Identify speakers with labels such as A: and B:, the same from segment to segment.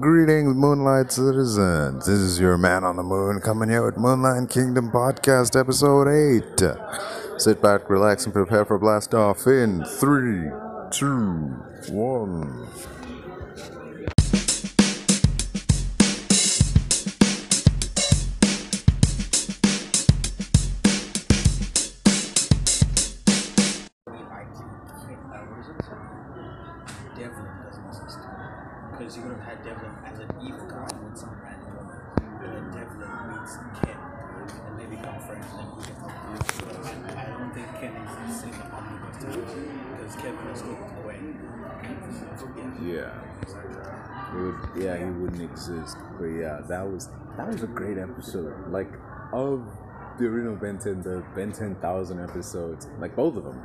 A: Greetings, Moonlight citizens. This is your man on the moon coming here with Moonlight Kingdom Podcast, Episode 8. Sit back, relax, and prepare for blast off in three, two, one.
B: like uh, what is it? Devlin doesn't exist because you would have had Devlin as an evil guy with some random woman, and then Devlin meets Ken, and they become friends, and he gets all beautiful. I don't think Ken exists in the omnibus because Kevin is taken away. Yeah.
C: Yeah. It would, yeah, he wouldn't exist. But yeah, that was that was a great episode. Like of the original Ben 10, the Ben 10,000 episodes, like both of them.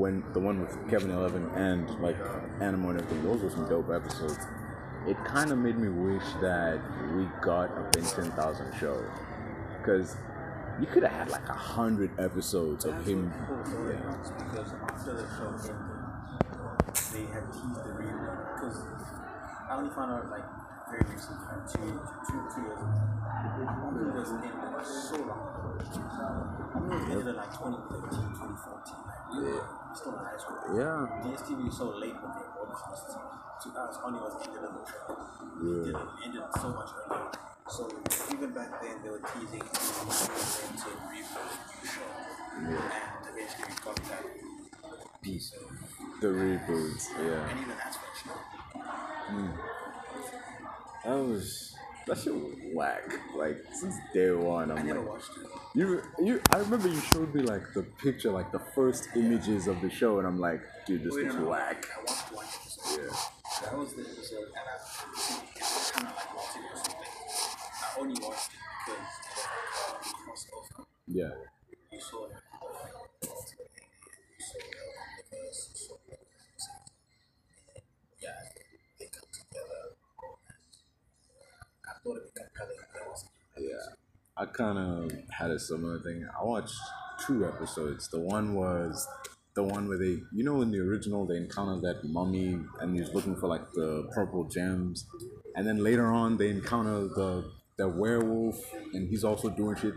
C: When the one with Kevin Eleven and like Animal and everything, those were some dope episodes. It kind of made me wish that we got a Ben 10,000 show because you could have had like a hundred episodes of him. Yeah.
B: because after the show ended, they had teased the reunion. Because I only found out like very recently, like two, two, two years ago. It was ended so long ago. I mean, it ended in like 2013, 2014. Like, we were still in high school.
C: Yeah.
B: DSTV was so late with their broadcasts. To us, only was ended in the show. It didn't end it so much earlier. So even back then, they were teasing and then to rebuild a new show. And eventually, we got that. Peace.
C: The reboots. Yeah.
B: And even that's fictional.
C: That was that shit was whack. Like since day one,
B: I
C: I'm
B: never
C: like,
B: watched it.
C: you, you. I remember you showed me like the picture, like the first images of the show, and I'm like, dude, this
B: Wait,
C: is
B: no, no,
C: whack.
B: I watched one episode. That was the episode, and I kind of like watching it or something. I only watched it because it was like, uh, crossover.
C: Yeah,
B: you saw it. You saw it. You saw it. Yeah, they come together. I thought it became kind of that was
C: yeah. I kind of had a similar thing. I watched two episodes. The one was the one where they, you know, in the original they encounter that mummy and he's looking for like the purple gems, and then later on they encounter the the werewolf and he's also doing shit.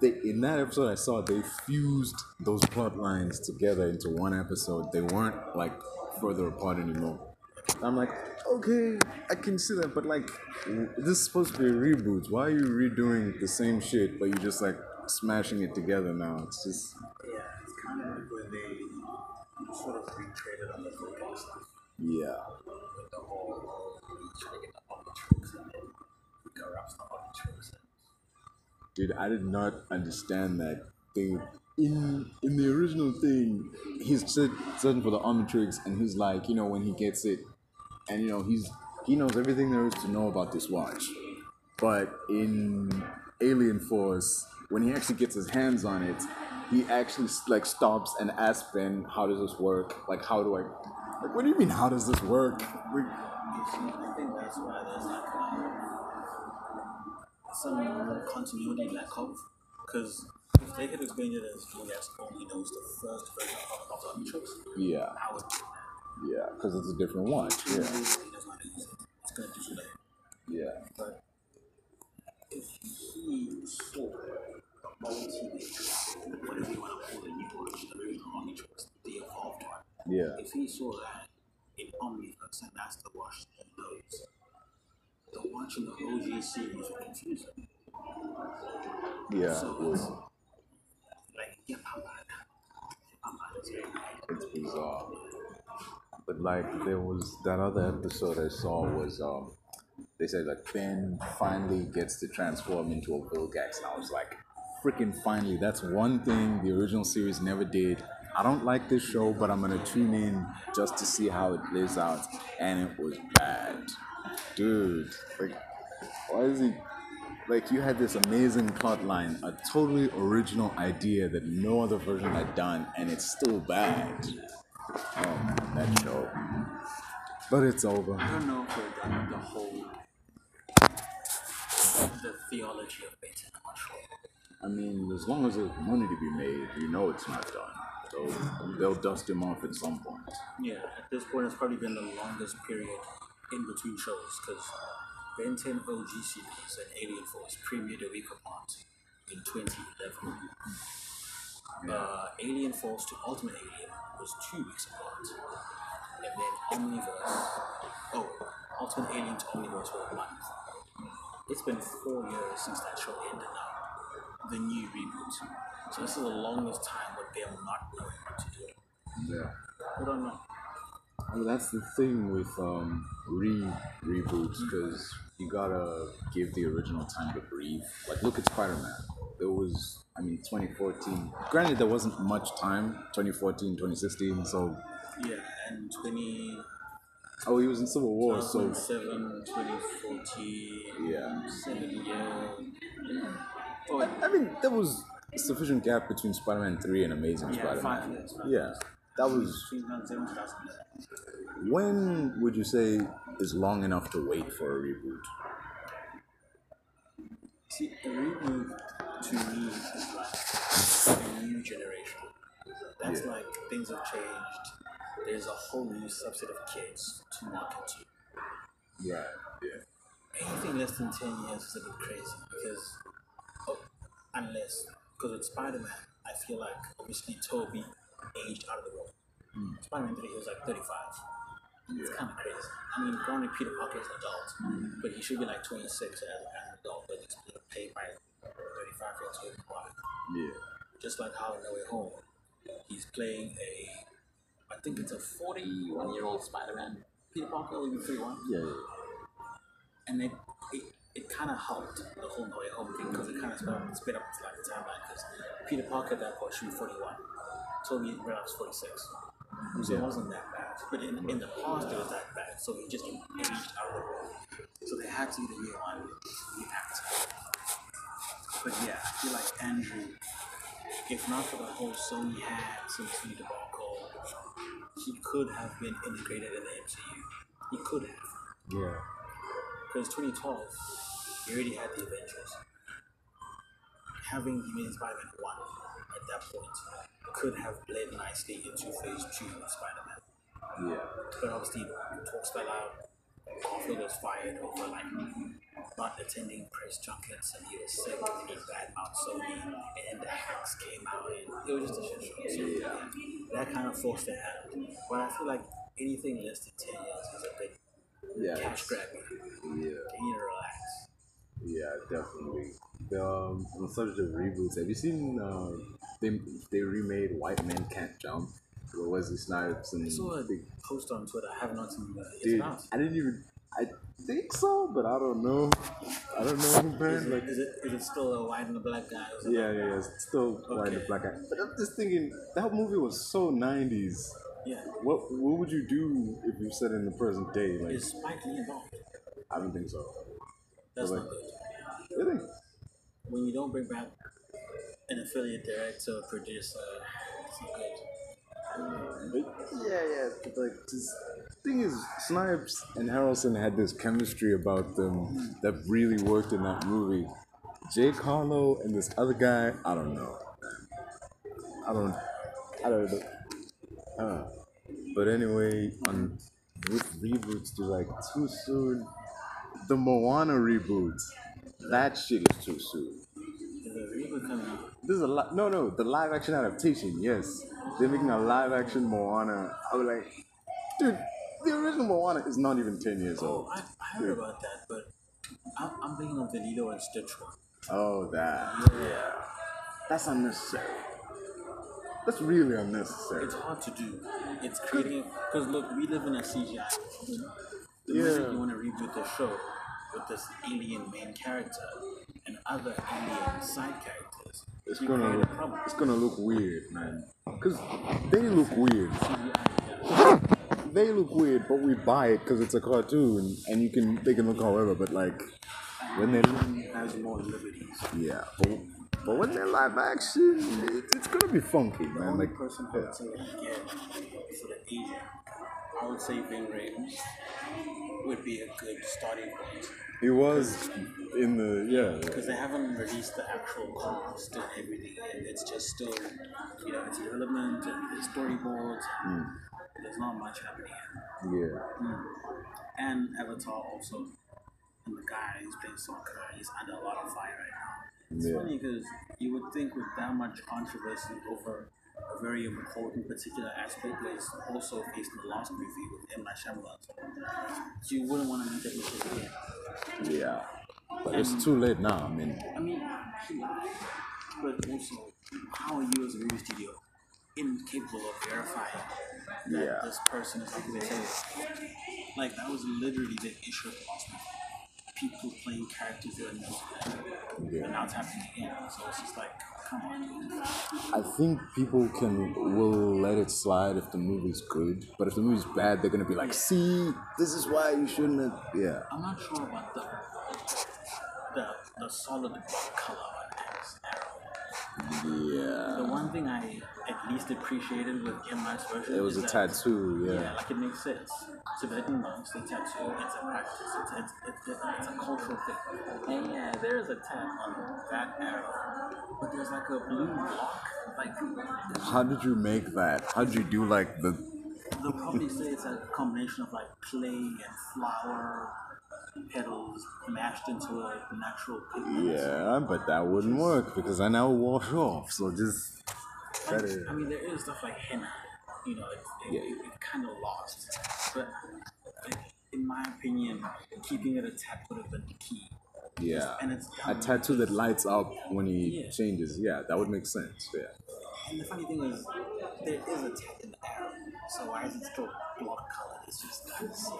C: they in that episode I saw they fused those plot lines together into one episode. They weren't like further apart anymore. I'm like, okay, I can see that, but like, w- this is supposed to be a reboot. Why are you redoing the same shit, but you're just like smashing it together now? It's just,
B: Yeah, it's kind of like when they sort of retreated on the football stuff
C: yeah,
B: with the whole uh, trying to get the omnitrix and then he corrupts the omnitrix.
C: dude, I did not understand that thing. In in the original thing, he's se- searching for the Omnitrix, and he's like, you know, when he gets it, and you know he's he knows everything there is to know about this watch. But in Alien Force, when he actually gets his hands on it, he actually like stops and asks Ben, "How does this work? Like, how do I? Like, what do you mean? How does this work? We-
B: I think that's why there's like uh, some continuity lack of because if they had explained it as Julius only knows the first version of, of the Omnitrix,
C: Yeah,
B: I would
C: yeah, because it's a different watch. Yeah,
B: he does not use it. It's gonna display.
C: yeah,
B: But if he saw the multi-matrix, whatever you want to call the new watch, the original Omnitrix, the evolved one,
C: yeah.
B: if he saw that in Omniverse and that's the watch he knows, the watch in the OG series would confuse him.
C: Yeah,
B: So
C: it
B: it's
C: was,
B: like, yeah, I'm mad. I'm mad. It's very mad.
C: it's bizarre. But like there was that other episode I saw was um they said like Ben finally gets to transform into a Vilgax and I was like freaking finally that's one thing the original series never did. I don't like this show but I'm gonna tune in just to see how it plays out and it was bad. Dude, like why is he like you had this amazing plot line, a totally original idea that no other version had done, and it's still bad. Oh man, that show. But it's over.
B: I don't know if we're done with the whole the theology of better and much
C: I mean, as long as there's money to be made, you know it's not done. So they'll dust him off at some point.
B: Yeah, at this point, it's probably been the longest period in between shows because Benton OG series and Alien Force premiered a week apart in 2011. Uh, Alien Force to Ultimate Alien was two weeks apart, and then Omniverse. Oh, Ultimate Alien to Omniverse was a month. It's been four years since that show ended now. The new reboot. So this is the longest time where they're not knowing what to do.
C: Yeah.
B: Good on them.
C: Well, that's the thing with um, re reboots because you gotta give the original time to breathe. Like, look at Spider Man. There was, I mean, 2014. Granted, there wasn't much time, 2014, 2016. So,
B: Yeah, and um, 20,
C: oh, he was in Civil War. So,
B: 2007, 2014,
C: yeah.
B: seven year. Oh,
C: I mean, there was sufficient gap between Spider Man 3 and Amazing
B: yeah,
C: Spider
B: five
C: Man.
B: years.
C: Yeah. That was.
B: Between 2007 2011.
C: When would you say is long enough to wait for a reboot?
B: See, a reboot to me is like a new generation. That's
C: Yeah.
B: like things have changed. There's a whole new subset of kids to market to.
C: Yeah. Yeah.
B: anything less than 10 years is a bit crazy because oh, unless because with spider-man i feel like obviously toby aged out of the role spider-man 3 he was like 35 it's kind of crazy i mean granted peter parker is an adult but he should be like 26 as, as an adult but he's being played by 35 year old
C: Yeah.
B: just like how in No Way Home, he's playing a, I think it's a 41 year old Spider Man, Peter Parker, maybe 31.
C: Yeah, yeah, yeah.
B: And it, it, it kind of helped the whole No Way Home thing because it kind of sped up, sped up its like timeline because Peter Parker at that point should be 41. Toby Brown was 46. So it wasn't that bad. But in, in the past, it was that bad. So he just aged out of the role. So they had to either year one, new actor. But yeah, I feel like Andrew, if not for the whole Sony had some sweet debacle, he could have been integrated in the MCU. He could have.
C: Yeah.
B: Because 2012, he already had the Avengers. Having the Amazing Spider-Man 1 at that point could have bled nicely into Phase 2 of Spider-Man.
C: Yeah.
B: But obviously, it talks fell out. Garfield was fired over like not attending press junkets, and he was sick. And he badmouthed Sony, and the hacks came out, and it was just a shit show. So, yeah, that kind of forced their hand. But I feel like anything less than ten years is a bit
C: Yeah.
B: cash
C: it's-
B: grabbing.
C: Yeah.
B: They need to relax.
C: Yeah, definitely. The, um, on the subject of reboots, have you seen uh, they they remade White Men Can't Jump with Wesley Snipes and
B: I saw a
C: I think-
B: post on Twitter. I have not seen that. It's
C: dude,
B: not.
C: I didn't even I think so, but I don't know. I don't know,
B: Is
C: man.
B: it,
C: Like,
B: is, it, is it still a white and a black guy? Or something?
C: yeah, yeah, yeah, it's still white and
B: Okay.
C: black guy. But I'm just thinking that movie was so '90s.
B: yeah.
C: What what would you do if you said in the present day? Like,
B: Is Spike Lee involved?
C: I don't think so.
B: That's
C: Like-
B: not good.
C: Really?
B: when you don't bring back an affiliate director or producer, it's not good.
C: But yeah, yeah. but, Like, just, thing is, Snipes and Harrelson had this chemistry about them that really worked in that movie. Jake Harlow and this other guy, I don't know. I don't, I don't know. Uh, but anyway, on with reboots, dude, like too soon. The Moana reboot, that shit is too soon.
B: There's a reboot coming out.
C: This is a li- no, no, the live action adaptation. Yes, they're making a live action Moana. I was like, dude, the original Moana is not even ten years
B: Oh,
C: old.
B: I, I heard about that, but I'm, I'm thinking of the Lilo and Stitch one.
C: Oh, that. Yeah. That's unnecessary. That's really unnecessary.
B: It's hard to do. It's creating because look, we live in a CGI. world. The
C: Yeah.
B: minute you want to reboot the show with this alien main character and other alien side characters,
C: It's
B: you
C: gonna
B: create
C: look,
B: a problem.
C: it's gonna look weird, man. Cause they look weird. They look weird, but we buy it because it's a cartoon, and you can they can look however. But like, when they look
B: Has more liberties.
C: Yeah, but, but when they're live action, it, it's gonna be funky, man.
B: only
C: Like,
B: person I would say again for the Asian, I would say Ving Rhames would be a good starting point
C: he was in the yeah,
B: because they haven't released the actual cost and everything. And it's just still, you know, it's development and the storyboards. There's not much happening.
C: yeah.
B: and Avatar also. And the guy who's playing Sokka, he's under a lot of fire right now. It's
C: Yeah.
B: funny because you would think with that much controversy over a very important particular aspect that is also facing the last movie with M. Night Shyamalan. So you wouldn't want to make that mistake again.
C: Yeah. But it's too late now. I mean,
B: I mean, he lied, but also, how are you as a movie studio incapable of verifying that
C: Yeah.
B: this person is who they say they are? Like, that was literally the issue of Lost Man. People playing characters they were never playing.
C: Yeah.
B: And now it's happening again. So it's just like, come on, dude.
C: I think people can will let it slide if the movie's good, but if the movie's bad, they're gonna be like, "See, this is why you shouldn't." have... Yeah,
B: I'm not sure about the the, the solid color on Adam's arrow.
C: yeah.
B: The one thing I at least appreciated with MI's version
C: It was
B: is
C: a
B: that-
C: tattoo.
B: Yeah.
C: Yeah,
B: like it makes sense. Tibetan monks, they tattoo, it's a practice, it's, it's, it's, it's, it's a cultural thing. And yeah, there is a tat on that arrow, but there's like a blue block. Like, they'll
C: how did you make that? How did you do like the?
B: probably say it's a combination of like clay and flower petals mashed into a natural pigment.
C: Yeah, but that wouldn't work because I now wash off. So just
B: Like,
C: better.
B: I mean, there is stuff like henna, you know, it, it,
C: Yeah.
B: it, kind of lost. But like, in my opinion, keeping it a tat would have been the key.
C: Yeah,
B: And it's
C: a tattoo that lights up when he
B: Yeah.
C: changes. Yeah, that would make sense. Yeah,
B: And the funny thing is, there is a tag in the arrow, so why is it still block colored? It's just kind of sick.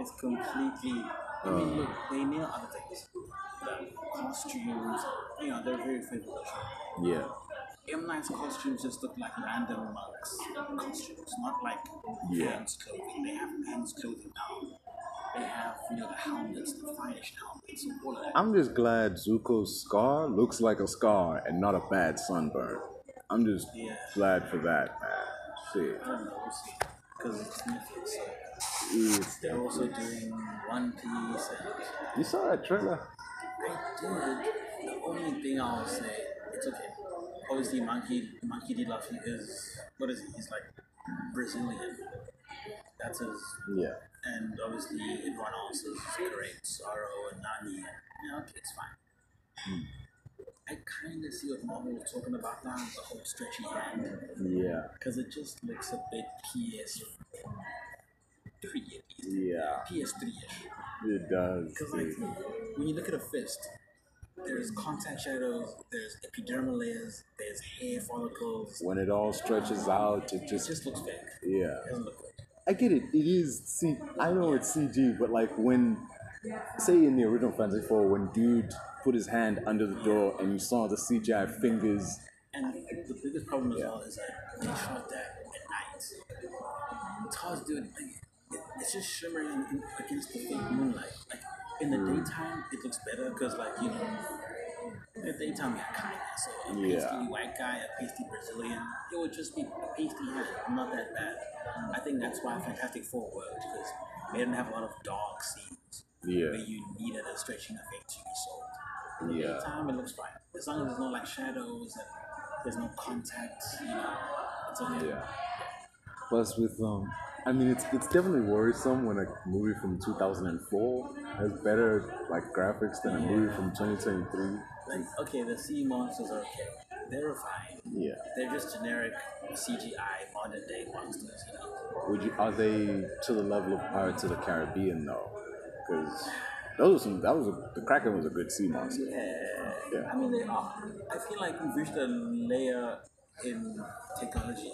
B: It's completely. I mean, look, they nail other things. The costumes, you know, they're very favorable.
C: yeah.
B: M Night's costumes just look like random monks' costumes, not like
C: Yeah.
B: man's clothing. They have man's clothing now. They have, you know, the helmets, the finest helmets, all of that.
C: I'm just glad Zuko's scar looks like a scar and not a bad sunburn. I'm just
B: Yeah.
C: glad for that, man. Shit.
B: I don't know, we'll see. Because it's Netflix. so
C: It's-
B: They're also doing One Piece and
C: You saw that trailer?
B: I did. The only thing I'll say, it's okay. Obviously, Monkey Monkey D. Luffy is what is he? He's like Brazilian. That's his,
C: Yeah.
B: and obviously everyone else is great. Sorrow and Nani, and you know, okay, it's fine. I kind of see what Marvel was talking about now, the whole stretchy hand,
C: Yeah.
B: because it just looks a bit PS three,
C: Yeah.
B: PS three ish.
C: It does.
B: Because like
C: dude.
B: when you look at a fist, there's contact shadows, there's epidermal layers, there's hair follicles.
C: When it all stretches out, it
B: It
C: just
B: just looks fake.
C: yeah.
B: It doesn't look good.
C: I get it. It is C. I know it's CG, but like when, say in the original Fantasy Four, when dude put his hand under the door and you saw the CGI fingers.
B: And the biggest problem as well is like they shot that at night. Tars doing like, it, it's just shimmering in- against the fake moonlight. Like in the
C: Mm.
B: daytime, it looks better because like you know. In the daytime, you're kind of so a pasty
C: Yeah.
B: white guy, a pasty Brazilian. It would just be a pasty hand, not that bad. I think that's why Fantastic Four worked because they didn't have a lot of dark scenes
C: Yeah.
B: where you needed a stretching effect to be sold.
C: Yeah.
B: Time it looks fine. As long as there's no like shadows and there's no contact, you know, it's okay.
C: Yeah. Plus, with um, I mean, it's it's definitely worrisome when a movie from 2004 has better like graphics than a movie from 2023.
B: Like, okay, the sea monsters are okay. They're fine.
C: Yeah.
B: They're just generic CGI modern day monsters, you know.
C: Would you are they to the level of Pirates of the Caribbean though? Because those are some that was a, the Kraken was a good sea monster. Yeah.
B: I mean, they are. I feel like we've reached a layer in technology.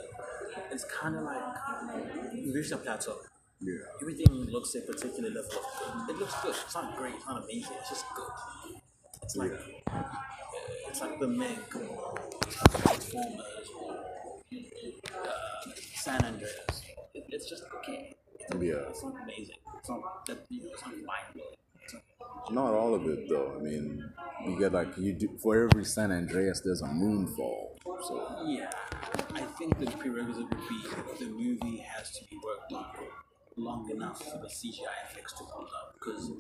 B: It's kind of like we've reached a plateau.
C: Yeah.
B: Everything looks a particular level of good. It looks good. It's not great. It's not amazing. It's just good. It's like it's like the Meg or Transformers or uh, San Andreas. It, it's just okay. It's, okay.
C: Yeah.
B: it's not amazing. It's not that you know, it's not mind blowing. It's not
C: Not all of it though. I mean, you get like you do for every San Andreas, there's a moonfall. So
B: Yeah, I think the prerequisite would be the movie has to be worked on long enough for the CGI effects to hold up. Because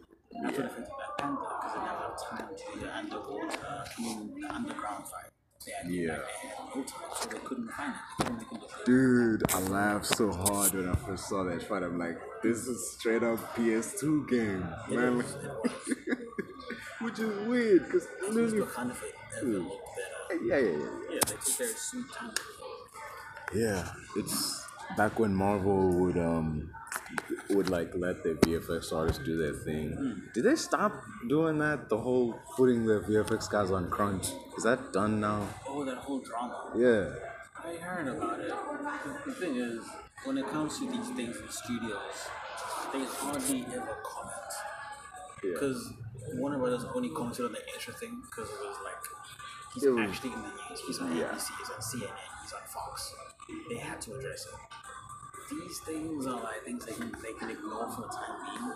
B: that's what affected Black Panther, because they never have time to do the underwater, I mean, the underground fight. They had,
C: Yeah.
B: like, they had no time, so they couldn't find it. They couldn't make it look
C: Dude, I laughed so hard when I first saw that fight. I'm like, this is straight up PS2 game, man. Which is weird, because literally.
B: Still kind of a level better.
C: Yeah, yeah, yeah.
B: Yeah, they took their sweet time.
C: Yeah, it's back when Marvel would um would like let their VFX artists do their thing. Did they stop doing that? The whole putting the VFX guys on crunch is that done now?
B: Oh, that whole drama.
C: Yeah,
B: I heard about it. The- The thing is, when it comes to these things in studios, they hardly ever comment.
C: Yeah.
B: Because Warner Brothers only commented on the extra thing because it was like, he's
C: It was-
B: actually in the news. He's on
C: Yeah.
B: ABC, he's on CNN, he's on Fox. They had to address it. These things are like things they can, they can ignore for the time being.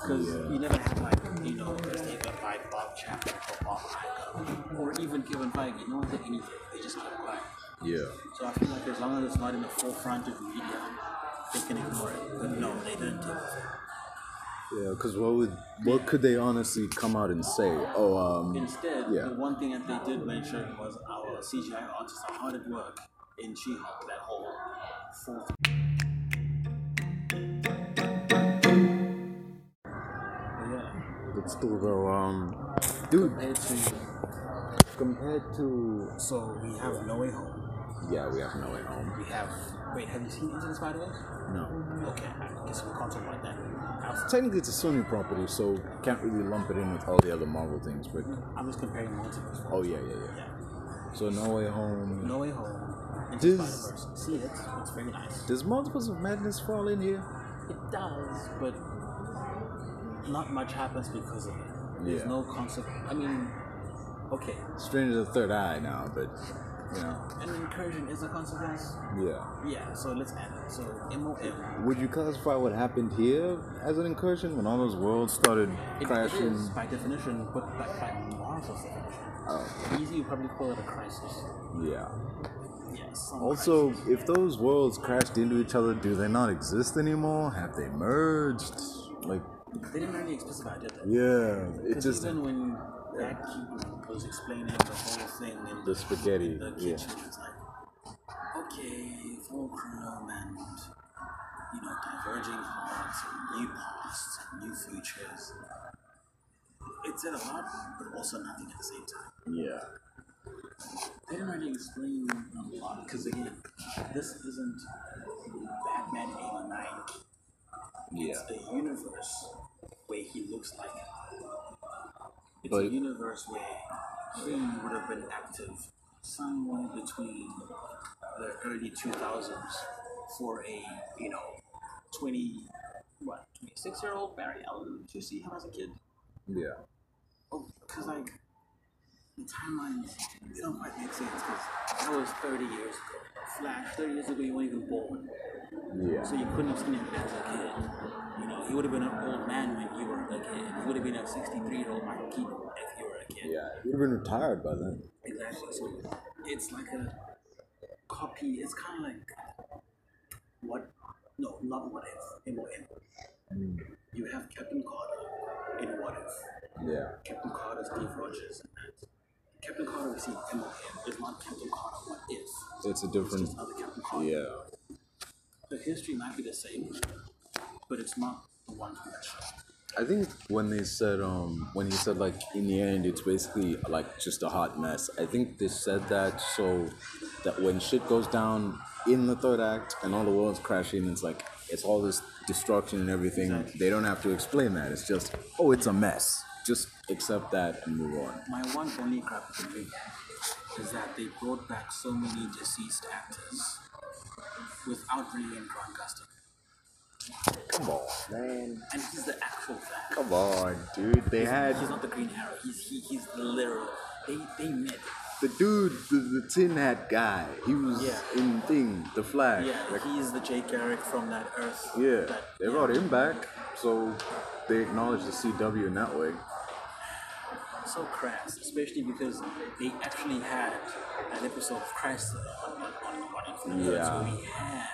B: Because
C: Yeah.
B: you never had like, you know, a statement by Bob Chapman or Bob Iger or even Kevin Feige. No one did anything. They just kept quiet.
C: yeah,
B: So I feel like as long as it's not in the forefront of media, they can ignore it. But no, they didn't do it.
C: yeah. Because what would what could they honestly come out and say? Oh, um,
B: Instead,
C: Yeah.
B: the one thing that they did mention was our CGI artists are hard at work in She-Hulk. That whole fourth. But yeah,
C: it's still though, um, dude.
B: compared to
C: Compared to
B: so we have No Way Home.
C: yeah, we have no way home.
B: We have wait, have you seen Into the Spider-Verse?
C: No,
B: Okay, I guess we can't talk about that. I've-
C: technically it's a Sony property, so can't really lump it in with all the other Marvel things. But
B: I'm just comparing multiples.
C: oh yeah, yeah, yeah.
B: Yeah.
C: So No Way Home.
B: No Way Home. Into
C: This-
B: Spider-Verse. See it. It's very nice.
C: Does Multiples of Madness fall in here?
B: It does, but not much happens because of it. There's
C: Yeah.
B: no concept. I mean, okay,
C: Stranger to the Third Eye now, but you know,
B: an incursion is a consequence.
C: yeah.
B: Yeah, so let's add it. So MOM.
C: Would you classify what happened here as an incursion when all those worlds started
B: It, it
C: crashing?
B: is by definition, but by, by Marvel's definition.
C: Oh.
B: Easy, you probably call it a crisis.
C: Yeah.
B: Yeah, some
C: Also,
B: crisis.
C: if those worlds crashed into each other, do they not exist anymore? Have they merged? Like,
B: they didn't really specify, did they?
C: yeah, it
B: Because
C: just
B: even when that keeper was explaining the whole thing and
C: the spaghetti.
B: the
C: Yeah.
B: kitchen was like, okay, fulcrum and you know, diverging paths and new pasts and new futures. It said a lot, but also nothing at the same time.
C: Yeah.
B: They didn't really explain a lot because again, this isn't Batman 89.
C: Yeah.
B: It's a universe where he looks like him. It's a
C: But-
B: universe where he would have been active somewhere between the early 2000s for a, you know, 20, what, 26 year old Barry Allen. Did you see him as a kid?
C: Yeah.
B: Oh, because, like, the timelines they don't quite make sense because that was 30 years ago. Flash, 30 years ago, you weren't even born.
C: Yeah.
B: So you couldn't have seen him as a kid. You know, he would have been an old man when you were a kid. He would have been a 63 year old Michael Keaton if you were a kid.
C: Yeah. You'd have been retired by then.
B: Exactly. So it's like a copy. It's kind of like what? No, not what if. In what if. You have Captain Carter in what if.
C: Yeah.
B: Captain Carter, Steve Rogers, and that. Captain Carter we see in MOM is not Captain Carter. What if?
C: It's a
B: It's
C: different.
B: just other Captain Carter.
C: Yeah.
B: The history might be the same, but it's not the one from that show.
C: I think when they said um when he said like in the end it's basically like just a hot mess. I think they said that so that when shit goes down in the third act and all the world's crashing, it's like it's all this destruction and everything. They don't have to explain that. It's just oh, it's a mess. Just accept that and move on.
B: My one only crap with the movie is that they brought back so many deceased actors without bringing in Grant Gustin.
C: Come on, man.
B: And he's the actual fact.
C: Come on, dude. They had
B: He's not the Green Arrow. He's he, he's the literal. They they met.
C: the dude, the, the tin hat guy. He was
B: Yeah.
C: in thing, the Flash.
B: Yeah,
C: Like,
B: he's the Jay Garrick from that Earth.
C: Yeah,
B: that-
C: they brought him back, so they acknowledge the CW in that way.
B: so crass, especially because they actually had an episode of Christ on, on, on, on Infinite Earths
C: Yeah.
B: where we had.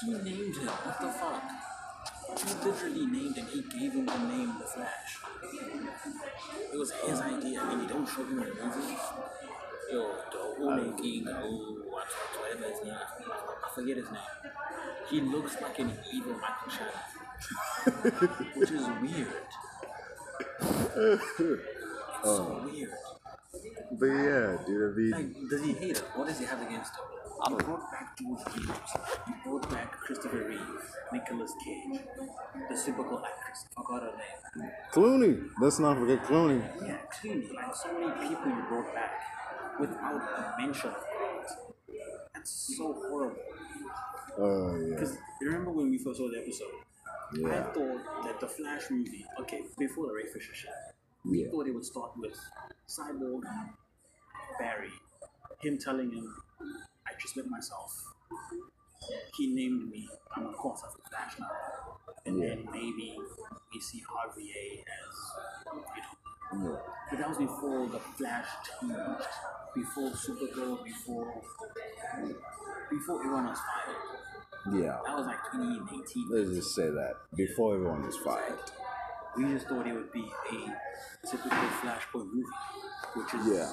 B: He named him. What the fuck? He literally named him. He gave him the name The Flash. It was his idea, and you don't show him in the movie. Yo, the Ule King, who, whatever his name is, I forget his name. He looks like an evil Michael Shannon, which is weird. It's so weird.
C: But yeah, dude, I mean,
B: Like, does he hate us? What does he have against us? He brought back George Hughes. He brought back Christopher Reeve, Nicolas Cage, the super cool actress. I forgot her name.
C: Clooney. Let's not forget Clooney.
B: Yeah, clearly, like so many people you brought back without a mention of God. That's so horrible.
C: Oh yeah.
B: Because remember when we first saw the episode? I
C: Yeah.
B: thought that the Flash movie, okay, before the Ray Fisher shit, we
C: Yeah.
B: thought it would start with Cyborg, Barry, him telling him, I just met myself. He named me. I'm a course of the Flash now. And
C: Yeah.
B: then maybe we see Harvey A as, you know,
C: yeah.
B: but that was before the Flash changed, before Supergirl, before before everyone was fired.
C: Yeah.
B: That was like 2018.
C: Let's just say that before everyone was fired.
B: We just thought it would be a typical Flashpoint movie, which is
C: Yeah.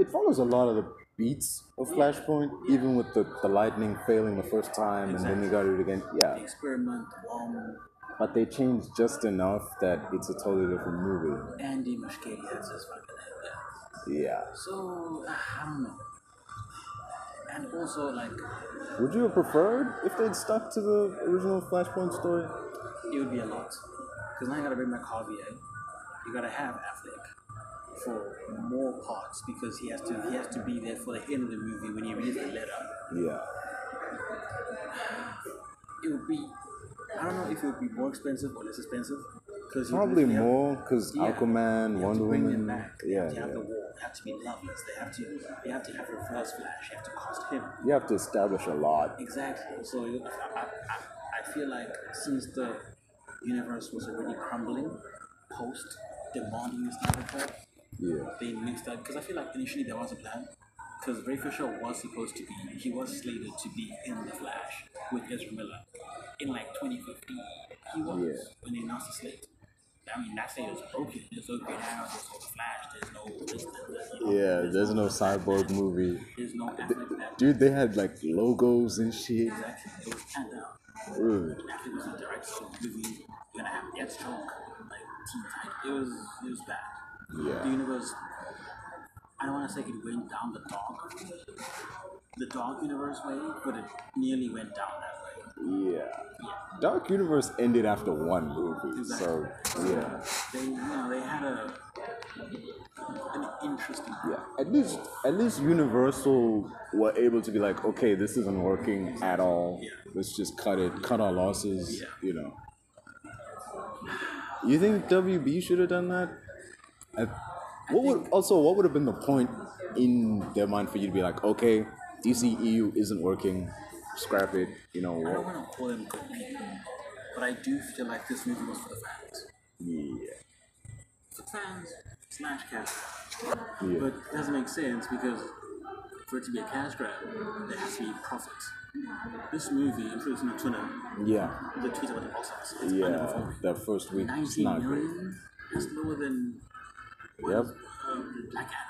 C: It follows a lot of the beats of Flashpoint, even with the, the lightning failing the first time and then they got it again. Yeah.
B: the experiment. Um,
C: But they changed just enough that it's a totally different movie.
B: Andy Muschietti has his fucking head there.
C: Yeah.
B: So I don't know. And also like
C: Would you have preferred if they'd stuck to the original Flashpoint story?
B: it would be a lot, because now you gotta bring back Harvey A. You gotta have Affleck. for more parts because he has to he has to be there for the end of the movie when he reads the letter.
C: Yeah.
B: It would be I don't know if it would be more expensive or less expensive because
C: Probably more because
B: Yeah.
C: Aquaman,
B: You have
C: Wonder
B: to bring them
C: Woman.
B: back. They
C: Yeah,
B: have to have
C: yeah.
B: the war. They have to be loveless. They have to. They have to have reverse flash. You have to cost him
C: You have to establish a lot.
B: exactly. So you- I, I, I, I feel like since the universe was already crumbling, post demanding this type of crap,
C: Yeah.
B: they mixed that because I feel like initially there was a plan because Ray Fisher was supposed to be he was slated to be in the Flash with Ezra Miller in like 2015. He was
C: Yeah.
B: when they announced the slate. I mean, not saying it was broken. There's no Green Arrow, there's no Flash, there's no this, there's no,
C: Yeah, there's no cyborg movie.
B: there's no Affleck that
C: Dude, they had like logos and shit.
B: exactly. It was panned out.
C: Ugh.
B: Affleck was the director of the movie. You're gonna have Deathstroke, like Teen Titan. It was it was bad.
C: Yeah.
B: The universe. I don't want to say it went down the dark, the dark universe way, but it nearly went down that way.
C: Yeah. Dark Universe ended after one movie, so yeah.
B: They, you know, they had a an interesting.
C: Yeah. At least at least Universal were able to be like, okay, this isn't working at all. Let's just cut it, cut our losses,
B: Yeah.
C: you know. You think WB should have done that? I, what would also what would have been the point in their mind for you to be like, okay, DCEU isn't working, scrap it, you know
B: I don't
C: what?
B: want to call them good people, but I do feel like this movie was for the fans,
C: Yeah.
B: for fans slash cash grab.
C: Yeah.
B: But it doesn't make sense because for it to be a cash grab, there has to be profit. This movie, I'm sure it's not Twitter,
C: Yeah.
B: the tweet about the box office. It's
C: Yeah,
B: underperforming.
C: that first week is
B: 19
C: not great.
B: million? That's lower than
C: Yep.
B: um, Black Adam.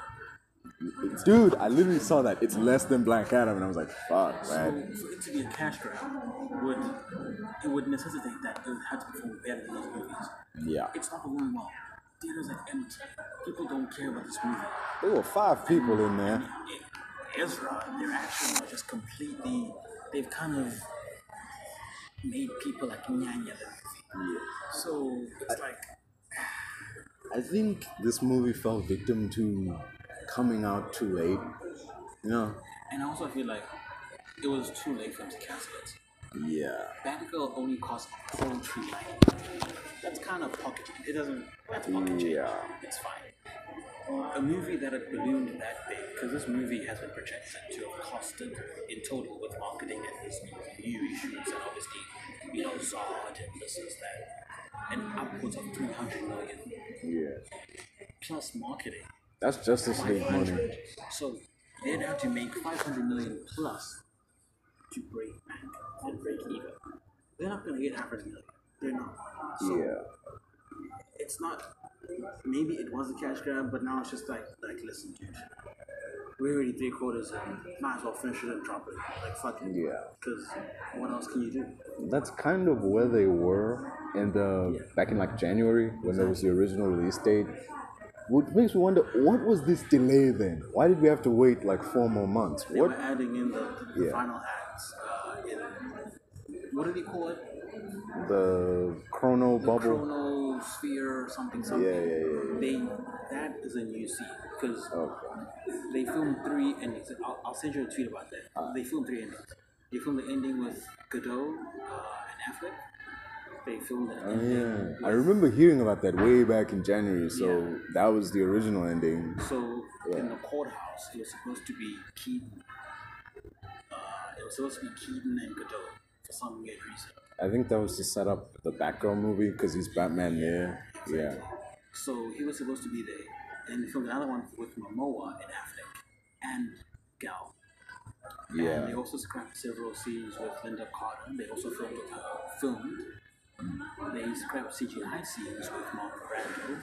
C: Dude, I literally saw that. It's less than Black Adam, and I was like, fuck, man.
B: So for it to be a cash grab would it would necessitate that it would have to perform better than those movies.
C: Yeah.
B: It's not performing well. Theaters are empty. People don't care about this movie.
C: There were five people in there.
B: It, Ezra, their actions are just completely. They've kind of made people like nyanya the movie. So it's like
C: I think this movie fell victim to coming out too late. You know?
B: and I also feel like it was too late for them to cancel it.
C: Yeah.
B: Batgirl only costs poetry line. That's kind of pocket. It doesn't. That's pocket change.
C: Yeah.
B: It's fine. A movie that had ballooned that big, because this movie has been projected to have costed in total with marketing and this new issues and obviously, you know, Zod and this is that, and upwards of 300 million
C: Yeah.
B: plus marketing.
C: That's Justice League money.
B: 500. So they'd have to make 500 million plus to break back and break even. They're not going to get half a million. They're not. So
C: Yeah.
B: it's not. Maybe it was a cash grab, but now it's just like, like listen, dude, we're already three quarters in. Might as well finish it and drop it. Like, fuck it.
C: Yeah.
B: Because what else can you do?
C: That's kind of where they were in the back in like January when there was the original release date. Which makes me wonder what was this delay then? Why did we have to wait like four more months?
B: They were
C: What
B: adding in the, the
C: Yeah.
B: final acts. Uh, in, what did he call it?
C: the chrono
B: The
C: bubble?
B: chronosphere or something, something.
C: yeah, yeah,
B: They, that is a new scene. Because
C: Okay.
B: they filmed three endings. I'll, I'll send you a tweet about that. They filmed three endings. They filmed the ending with Godot uh, and Affleck. They filmed the
C: Oh,
B: ending.
C: yeah. I remember hearing about that way back in January, so that was the original ending.
B: So in the courthouse, it was supposed to be Keaton. Uh, it was supposed to be Keaton and Godot for some weird reason.
C: I think that was to set up the Batgirl movie because he's Batman there. Yeah.
B: So he was supposed to be there. Then they filmed another one with Momoa and Affleck and Gal. And they
C: Yeah.
B: also scrapped several scenes with Linda Carter. They also filmed with her. Filmed. They scrapped CGI scenes with Mark Brando.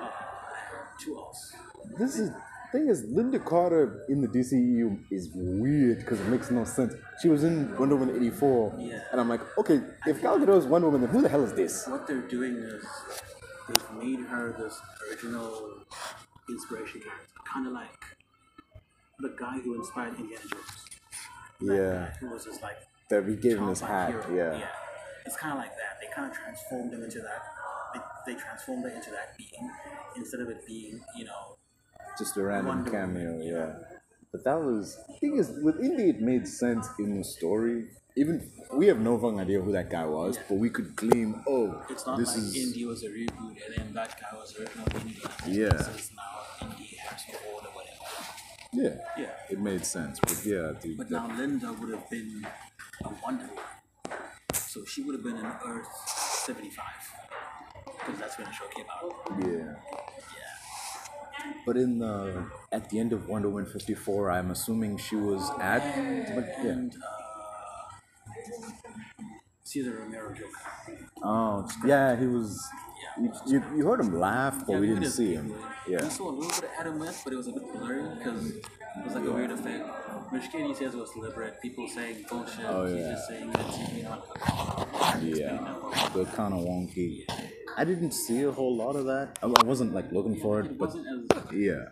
B: Uh, and two else.
C: This is thing is Linda Carter in the DCEU is weird because it makes no sense. She was in Wonder Woman 84
B: Yeah.
C: and I'm like, okay, if Gal Gadot is Wonder Woman, then who the hell is this?
B: What they're doing is they've made her this original inspiration character, kind of like the guy who inspired Indiana Jones,
C: Yeah.
B: who was just like
C: That we gave him his
B: childlike
C: hat.
B: hero.
C: Yeah.
B: It's kind of like that. They kind of transformed him into that. They, they transformed her into that being instead of it being, you know,
C: Just a random
B: Wonder
C: cameo. Yeah. But that was thing is with Indy it made sense in the story. Even we have no fucking idea who that guy was, but we could claim, oh,
B: It's not
C: this
B: like
C: is
B: Indy was a reboot and then that guy was original Indy.
C: Yeah.
B: So it's now Indy Harrison Ford or whatever.
C: yeah,
B: Yeah.
C: it made sense. But yeah, dude,
B: But
C: that-
B: now Linda would have been a Wonder Woman. So she would have been in Earth 75. Because that's when the show came out.
C: Yeah. But in the at the end of Wonder Woman 54, I'm assuming she was at. But yeah.
B: And uh, Cesar Romero Joker.
C: Oh, yeah. He was. You, you, you heard him laugh, but
B: look
C: we didn't
B: at
C: see
B: his-
C: him. Yeah.
B: We saw a little bit of Adam West, but it was a bit blurry because it was like a weird effect. Rich Katie says it was deliberate. People saying bullshit.
C: Oh,
B: She's
C: yeah.
B: just saying that she's not
C: Yeah. They're kind of wonky. I didn't see a whole lot of that. I I wasn't like looking for it,
B: It
C: but
B: wasn't as.
C: Yeah.